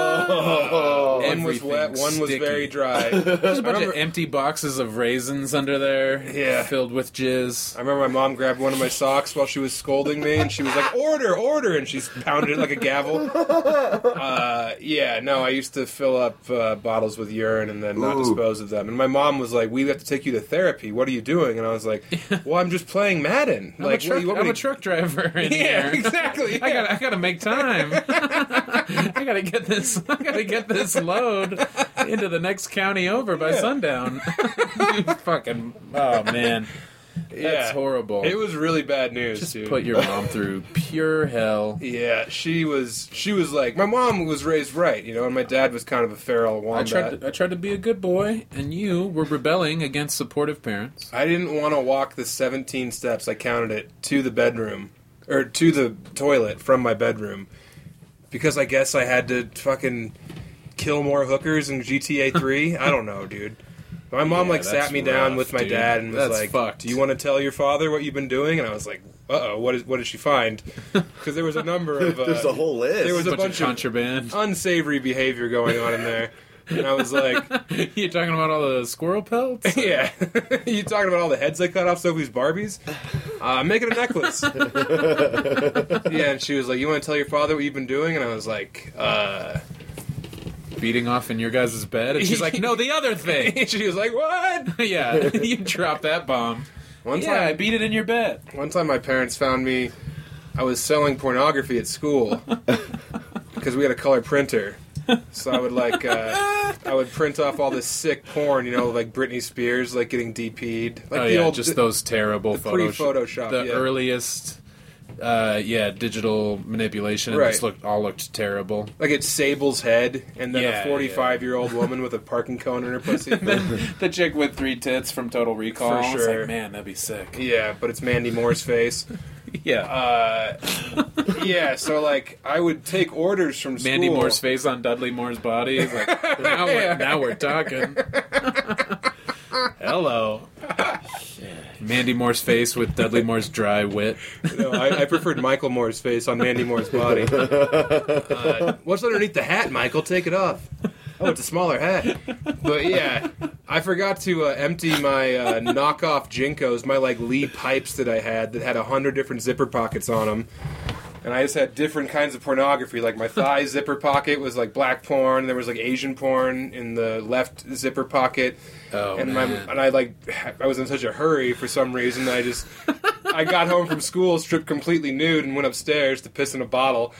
Speaker 3: Oh.
Speaker 1: One was wet,
Speaker 2: Everything's
Speaker 1: one was
Speaker 2: sticky.
Speaker 1: very dry.
Speaker 2: There's a bunch
Speaker 1: remember-
Speaker 2: of empty boxes of raisins under there,
Speaker 1: Yeah.
Speaker 2: filled with jizz.
Speaker 1: I remember my mom grabbed one of my socks while she was scolding me, and she was like, "Order, order!" and she pounded it like a gavel. Uh, yeah, no, I used to fill up uh, bottles with urine and then not
Speaker 3: Ooh.
Speaker 1: dispose of them. And my mom was like, "We have to take you to therapy. What are you doing?" And I was like, "Well, I'm just playing Madden.
Speaker 2: I'm,
Speaker 1: like,
Speaker 2: a, truck,
Speaker 1: what, do you want
Speaker 2: I'm
Speaker 1: me
Speaker 2: a
Speaker 1: to-
Speaker 2: truck driver in
Speaker 1: Yeah,
Speaker 2: here.
Speaker 1: exactly.
Speaker 2: I
Speaker 1: yeah.
Speaker 2: gotta, I gotta make time. I gotta get this. I gotta get this load into the next county over by sundown. you fucking. Oh man, that's
Speaker 1: Yeah.
Speaker 2: horrible.
Speaker 1: It was really bad news.
Speaker 2: Just
Speaker 1: dude.
Speaker 2: put your mom through pure hell.
Speaker 1: Yeah, she was. She was like my mom was raised right, you know, and my dad was kind of a feral
Speaker 2: I
Speaker 1: wombat. I,
Speaker 2: tried. To, I tried to be a good boy, and you were rebelling against supportive parents.
Speaker 1: didn't want to walk the 17 steps. I counted it to the bedroom or to the toilet from my bedroom because I guess I had to fucking kill more hookers in GTA 3. I don't know, dude. My mom
Speaker 2: Yeah,
Speaker 1: like
Speaker 2: that's
Speaker 1: sat me down
Speaker 2: rough,
Speaker 1: with my
Speaker 2: dude.
Speaker 1: dad and was
Speaker 2: That's
Speaker 1: like,
Speaker 2: fucked.
Speaker 1: "Do you want to tell your father what you've been doing?" And I was like, "Uh oh, what is what did she find?" Because there was a number of uh,
Speaker 3: There's a whole list.
Speaker 1: there was a
Speaker 2: bunch,
Speaker 1: bunch
Speaker 2: of
Speaker 1: of-
Speaker 2: contraband.
Speaker 1: unsavory behavior going on in there. And I was like,
Speaker 2: You're talking about all the squirrel pelts.
Speaker 1: Yeah, you talking about all the heads I cut off Sophie's Barbies? Uh, make it a necklace. yeah, and she was like, "You want to tell your father what you've been doing?" And I was like, uh...
Speaker 2: Beating off in your guys' bed, and she's like, "No, the other thing."
Speaker 1: "She was like, what?"
Speaker 2: yeah, you dropped that bomb.
Speaker 1: One
Speaker 2: yeah, I
Speaker 1: time,
Speaker 2: beat it in your bed.
Speaker 1: one time, my parents found me. I was selling pornography at school because we had a color printer. So I would like, uh, I would print off all this sick porn, you know, like Britney Spears, like getting DP'd, like
Speaker 2: oh
Speaker 1: the
Speaker 2: yeah,
Speaker 1: old
Speaker 2: just those terrible
Speaker 1: pre-
Speaker 2: Photoshop,
Speaker 1: Photoshop,
Speaker 2: the
Speaker 1: yeah.
Speaker 2: earliest, uh, yeah, digital manipulation. And
Speaker 1: Right.
Speaker 2: this looked all looked terrible.
Speaker 1: Like it's Sable's head, and then
Speaker 2: Yeah,
Speaker 1: a 45 year old woman with a parking cone in her pussy.
Speaker 2: the chick with three tits from Total Recall.
Speaker 1: For
Speaker 2: It's
Speaker 1: sure.
Speaker 2: like, man, that'd be sick.
Speaker 1: yeah, but it's Mandy Moore's face.
Speaker 2: Yeah,
Speaker 1: Uh, yeah, so like I would take orders from
Speaker 2: Mandy
Speaker 1: school.
Speaker 2: Moore's face on Dudley Moore's body. It's like, now, we're, now we're talking. Hello. Mandy Moore's face with Dudley Moore's dry wit.
Speaker 1: No, I, I preferred Michael Moore's face on Mandy Moore's body. Uh, what's underneath the hat, Michael? Take it off. Oh, it's a smaller hat. But yeah, I forgot to uh, empty my uh, knockoff Jinkos, my like Lee pipes that I had that had a hundred different zipper pockets on them. And I just had different kinds of pornography. Like my thigh zipper pocket was like black porn. There was like Asian porn in the left zipper pocket
Speaker 2: Oh,
Speaker 1: and my
Speaker 2: man.
Speaker 1: and I like I was in such a hurry for some reason that I just I got home from school stripped completely nude and went upstairs to piss in a bottle.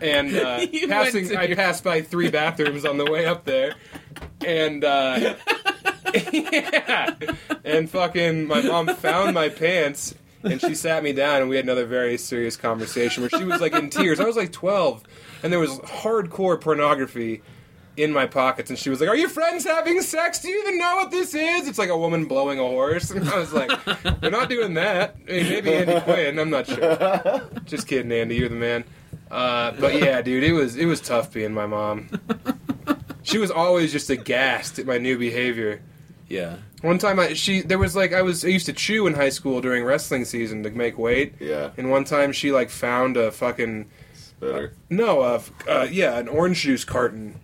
Speaker 1: And uh,
Speaker 2: You went
Speaker 1: passing,
Speaker 2: to
Speaker 1: I
Speaker 2: your-
Speaker 1: passed by three bathrooms on the way up there, and uh, yeah, and fucking my mom found my pants. And she sat me down, and we had another very serious conversation where she was like in tears. I was like 12, and there was hardcore pornography in my pockets, and she was like, "Are your friends having sex? Do you even know what this is?" It's like a woman blowing a horse, and I was like, "We're not doing that." I mean, maybe Andy Quinn. I'm not sure. Just kidding, Andy. You're the man. Uh, but yeah, dude, it was it was tough being my mom. She was always just aghast at my new behavior.
Speaker 2: Yeah.
Speaker 1: One time, I she there was like I was I used to chew in high school during wrestling season to make weight,
Speaker 3: yeah,
Speaker 1: and one time she like found a fucking
Speaker 3: it's better.
Speaker 1: no, uh, f- uh, yeah, an orange juice carton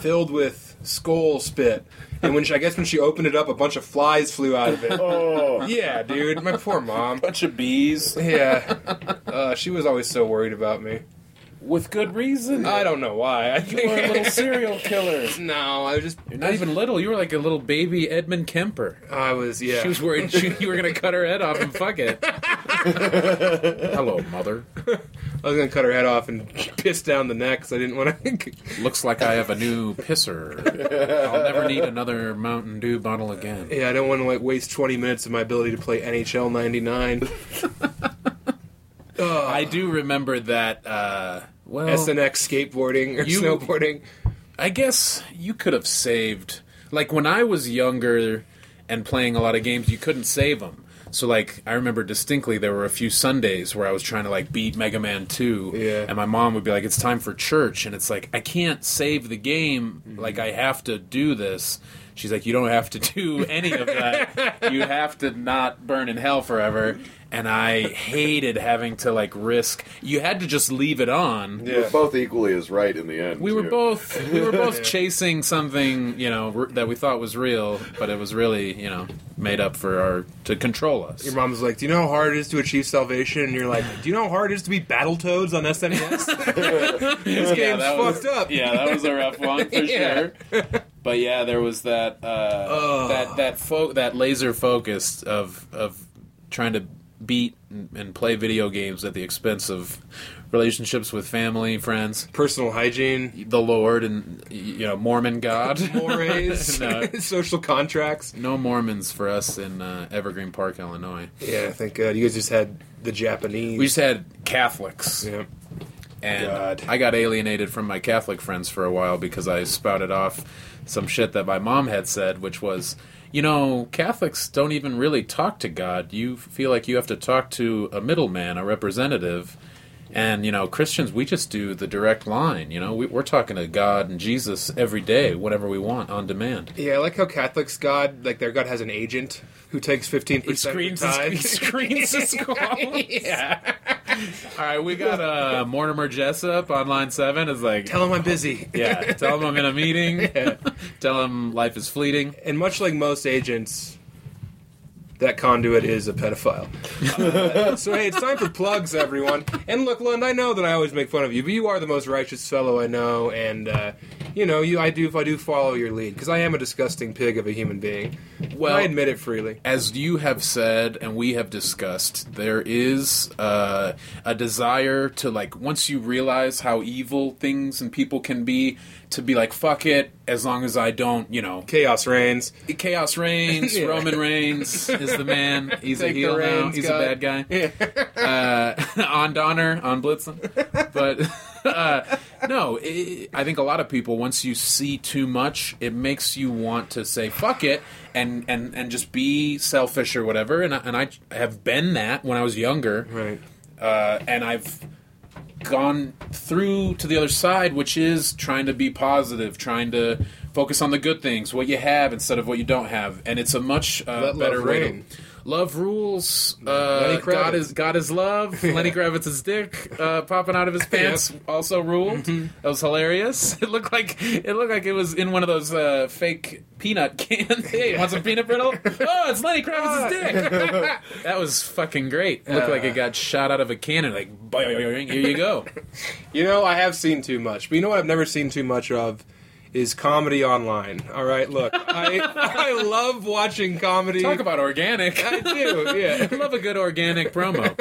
Speaker 1: filled with skull spit. And when she, I guess when she opened it up, a bunch of flies flew out of it.
Speaker 3: Oh,
Speaker 1: Yeah, dude, my poor mom.
Speaker 2: Bunch of bees
Speaker 1: Yeah, uh, she was always so worried about me.
Speaker 2: with good reason.
Speaker 1: I don't know why. I
Speaker 2: you were a little
Speaker 1: think
Speaker 2: serial killer.
Speaker 1: no, I was just
Speaker 2: You're not even little. You were like a little baby Edmund Kemper.
Speaker 1: I was yeah.
Speaker 2: She was worried she, you were going to cut her head off and fuck it. Hello, mother.
Speaker 1: I was gonna cut her head off and piss down the neck 'cause I didn't want to.
Speaker 2: Looks like I have a new pisser. I'll never need another Mountain Dew bottle again.
Speaker 1: yeah, I don't want to like waste twenty minutes of my ability to play NHL '99.
Speaker 2: I do remember that. Uh, well,
Speaker 1: Oh. SNX skateboarding or
Speaker 2: You-
Speaker 1: snowboarding.
Speaker 2: I guess you could have saved. Like when I was younger and playing a lot of games, you couldn't save them. So like I remember distinctly there were a few Sundays where I was trying to like beat Mega Man 2
Speaker 1: Yeah.
Speaker 2: and my mom would be like it's time for church and it's like I can't save the game like I have to do this. She's like you don't have to do any of that. you have to not burn in hell forever. And I hated having to like risk. You had to just leave it on.
Speaker 3: We We're both equally as right in the end.
Speaker 2: We were
Speaker 3: too.
Speaker 2: both we were both chasing something you know r- that we thought was real, but it was really you know made up for our to control us.
Speaker 1: Your mom's like, "Do you know how hard it is to achieve salvation?" And you're like, "Do you know how hard it is to be Battletoads on SNES?" this game's
Speaker 2: that was-
Speaker 1: fucked up.
Speaker 2: Yeah, that was a rough one for
Speaker 1: Yeah.
Speaker 2: sure. But yeah, there was that uh,
Speaker 1: Ugh.
Speaker 2: that that fo- that laser focus of of trying to beat and, and play video games at the expense of relationships with family, friends,
Speaker 1: Personal hygiene,
Speaker 2: the Lord, and y- you know Mormon God.
Speaker 1: mores,
Speaker 2: no,
Speaker 1: social contracts.
Speaker 2: no Mormons for us in uh, Evergreen Park, Illinois.
Speaker 1: Yeah, thank God. You guys just had the Japanese.
Speaker 2: We just had Catholics.
Speaker 1: yeah. Oh,
Speaker 2: and
Speaker 1: God.
Speaker 2: I got alienated from my Catholic friends for a while because I spouted off some shit that my mom had said, which was, you know, Catholics don't even really talk to God. You feel like you have to talk to a middleman, a representative. And, you know, Christians, we just do the direct line. You know, we, we're talking to God and Jesus every day, whenever we want, on demand.
Speaker 1: Yeah, I like how Catholics' God, like their God has an agent who takes 15% of the tithe.
Speaker 2: screens his Yeah. All right, we got uh, Mortimer Jessup on line seven. Is like,
Speaker 1: Tell him I'm busy.
Speaker 2: Yeah, tell him I'm in a meeting. Tell him life is fleeting.
Speaker 1: And much like most agents, that conduit is a pedophile. Uh, so hey, it's time for plugs, everyone. And look, Lund, I know that I always make fun of you, but you are the most righteous fellow I know, and uh, you know, you I do if I do follow your lead because I am a disgusting pig of a human being. Well,
Speaker 2: Well-
Speaker 1: I admit it freely.
Speaker 2: As you have said and we have discussed, there is uh, a desire to like once you realize how evil things and people can be, to be like fuck it. As long as I don't, you know,
Speaker 1: Chaos reigns.
Speaker 2: chaos reigns.
Speaker 1: Yeah.
Speaker 2: Roman reigns is the man. He's
Speaker 1: Take
Speaker 2: a
Speaker 1: the
Speaker 2: heel now.
Speaker 1: reins,
Speaker 2: He's
Speaker 1: God.
Speaker 2: a bad guy. uh, on Donner, on Blitzen. But uh, no, i I think a lot of people, once you see too much, it makes you want to say, fuck it, and, and, and just be selfish or whatever. And I, and I have been that when I was younger
Speaker 1: Right.
Speaker 2: uh, and I've gone through to the other side, which is trying to be positive, trying to focus on the good things, what you have instead of what you don't have, and it's a much uh,
Speaker 1: Let love
Speaker 2: better way.
Speaker 1: reign.
Speaker 2: To, love rules.
Speaker 1: Lenny
Speaker 2: Uh,
Speaker 1: Kravitz.
Speaker 2: God is God is love. Lenny Kravitz's dick uh, popping out of his pants also ruled.
Speaker 1: Mm-hmm.
Speaker 2: That was hilarious. It looked like it looked like it was in one of those uh, fake peanut cans. hey, want some peanut brittle? Oh, it's Lenny
Speaker 1: Ah.
Speaker 2: Kravitz's dick. That was fucking great. It looked like
Speaker 1: Uh.
Speaker 2: it got shot out of a cannon. Like, boing, here you go.
Speaker 1: You know, I have seen too much, but you know what I've never seen too much of is comedy online. All right, look, I I love watching comedy.
Speaker 2: Talk about organic.
Speaker 1: I do, yeah.
Speaker 2: I love a good organic promo.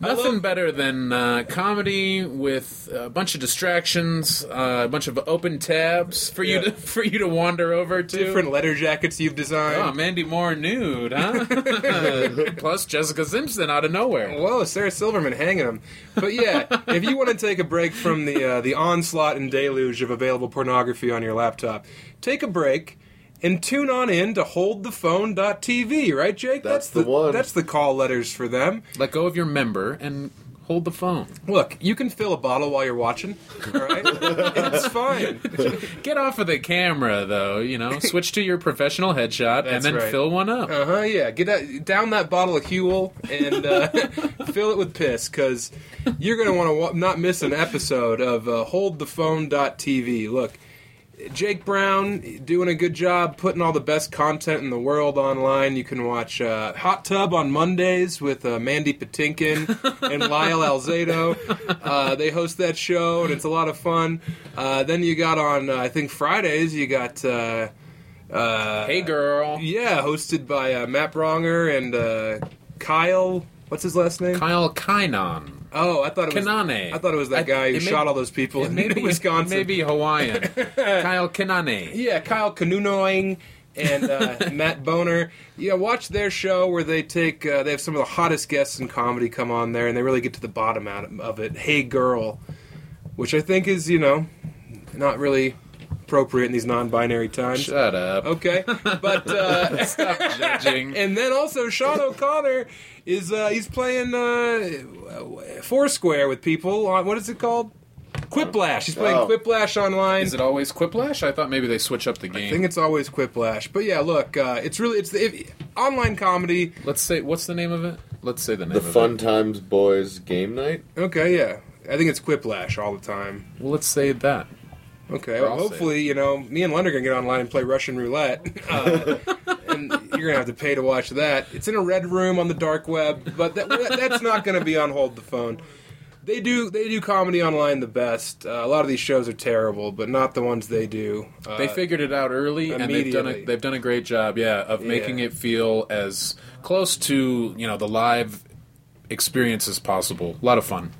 Speaker 2: Nothing better than uh, comedy with a bunch of distractions, uh, a bunch of open tabs for you
Speaker 1: Yeah.
Speaker 2: to for you to wander over to.
Speaker 1: Different letter jackets you've designed.
Speaker 2: Oh, Mandy Moore nude, huh? Plus Jessica Simpson out of nowhere.
Speaker 1: Whoa, Sarah Silverman hanging him. But yeah, if you want to take a break from the uh, the onslaught and deluge of available pornography on your laptop, take a break and tune on in to holdthephone.tv, right, Jake?
Speaker 3: That's the one.
Speaker 1: That's the call letters for them.
Speaker 2: Let go of your member and hold the phone.
Speaker 1: Look, you can fill a bottle while you're watching, all right? it's fine.
Speaker 2: Get off of the camera, though. You know, switch to your professional headshot and
Speaker 1: That's
Speaker 2: then
Speaker 1: right.
Speaker 2: fill one up.
Speaker 1: Uh huh. Yeah. Get that, down that bottle of Huel and uh, fill it with piss, because you're gonna want to wa- not miss an episode of uh, HoldThePhone.tv. Look, Jake Brown doing a good job putting all the best content in the world online. You can watch uh, Hot Tub on Mondays with uh, Mandy Patinkin and Lyle Alzado. Uh, they host that show, and it's a lot of fun. Uh, then you got on, uh, I think Fridays, you got. Uh, uh,
Speaker 2: hey, girl.
Speaker 1: yeah, hosted by uh, Matt Bronger and uh, Kyle. What's his last name?
Speaker 2: Kyle Kynon.
Speaker 1: Oh, I thought it was
Speaker 2: Kanane.
Speaker 1: I thought it was that
Speaker 2: I-
Speaker 1: guy who
Speaker 2: it may-
Speaker 1: shot all those people in
Speaker 2: Maybe
Speaker 1: Wisconsin.
Speaker 2: Maybe Hawaiian. Kyle Kanane.
Speaker 1: Yeah, Kyle Kanunoing and uh, Matt Boner. Yeah, watch their show where they take uh, they have some of the hottest guests in comedy come on there, and they really get to the bottom out of it. Hey, girl, which I think is you know not really appropriate in these non-binary times.
Speaker 2: Shut up.
Speaker 1: Okay, but uh,
Speaker 2: Stop judging.
Speaker 1: and then also Sean O'Connor is uh, he's playing uh, Foursquare with people on what is it called? Quiplash. He's playing
Speaker 3: Oh.
Speaker 1: Quiplash online.
Speaker 2: Is it always Quiplash? I thought maybe they switch up the
Speaker 1: I
Speaker 2: game.
Speaker 1: think it's always Quiplash. But yeah, look, uh, it's really it's the if, online comedy.
Speaker 2: Let's say what's the name of it? Let's say the name
Speaker 3: The
Speaker 2: of
Speaker 3: Fun
Speaker 2: it.
Speaker 3: Times Boys game night.
Speaker 1: Okay, yeah. I think it's Quiplash all the time.
Speaker 2: Well, let's say that.
Speaker 1: Okay,
Speaker 2: Or
Speaker 1: well,
Speaker 2: I'll say
Speaker 1: hopefully, you know, me and Len are going to get online and play Russian roulette. Uh, and you're going to have to pay to watch that. It's in a red room on the dark web, but that, that- that's not going to be on hold the phone. They do they do comedy online the best. Uh, a lot of these shows are terrible, but not the ones they do. Uh,
Speaker 2: They figured it out early, and they've done a
Speaker 1: immediately.
Speaker 2: they've done a great job, yeah, of making
Speaker 1: Yeah.
Speaker 2: it feel as close to you know the live experience as possible. A lot of fun.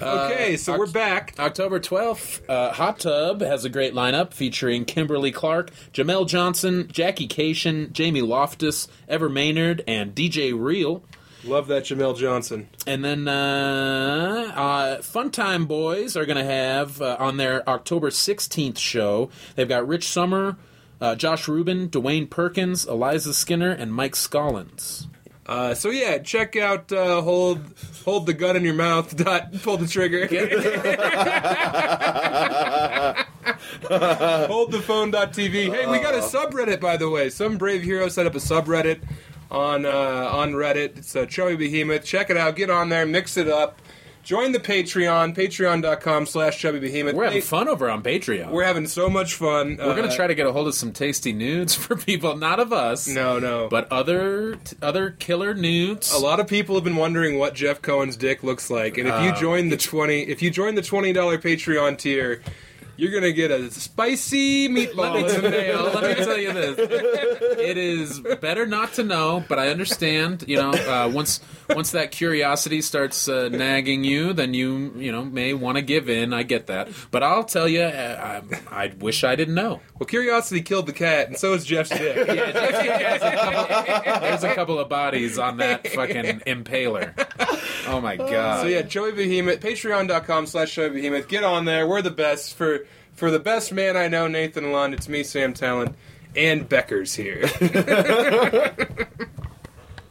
Speaker 1: okay, so we're back.
Speaker 2: October 12th, uh, Hot Tub has a great lineup featuring Kimberly Clark, Jamel Johnson, Jackie Cation, Jamie Loftus, Ever Maynard, and DJ Real.
Speaker 1: Love that Jamel Johnson.
Speaker 2: And then uh, uh, Funtime Boys are going to have uh, on their October 16th show, they've got Rich Summer, uh, Josh Rubin, Dwayne Perkins, Eliza Skinner, and Mike Scollins.
Speaker 1: Uh, so yeah, check out uh, hold hold the gun in your mouth. Dot pull the trigger. hold the phone. Dot TV. Hey, we got a
Speaker 2: Uh-huh.
Speaker 1: subreddit by the way. Some brave hero set up a subreddit on uh, on Reddit. It's a Chubby Behemoth. Check it out. Get on there. Mix it up. Join the Patreon. Patreon.com slash Chubby Behemoth.
Speaker 2: We're having fun over on Patreon.
Speaker 1: We're
Speaker 2: We're,
Speaker 1: having so much fun. Uh, We're
Speaker 2: going to try to get a hold of some tasty nudes for people, not of us.
Speaker 1: No, no.
Speaker 2: But other t- other killer nudes.
Speaker 1: A lot of people have been wondering what Jeff Cohen's dick looks like, and if you join the twenty, if you join the twenty dollar Patreon tier, you're gonna get a spicy
Speaker 2: Let me,
Speaker 1: meatball in the mail.
Speaker 2: let me tell you this. It is better not to know, but I understand. You know, uh, once once that curiosity starts uh, nagging you, then you you know may want to give in. I get that, but I'll tell you, uh, I, I wish I didn't know.
Speaker 1: Well, curiosity killed the cat, and so is Jeff's dick.
Speaker 2: Yeah, there's, a couple, there's a couple of bodies on that fucking impaler. Oh my god!
Speaker 1: So yeah, Joey Behemoth, patreon.com slash Joey Behemoth. Get on there. We're the best for for the best man I know, Nathan Lund. It's me, Sam Talent, and Becker's here.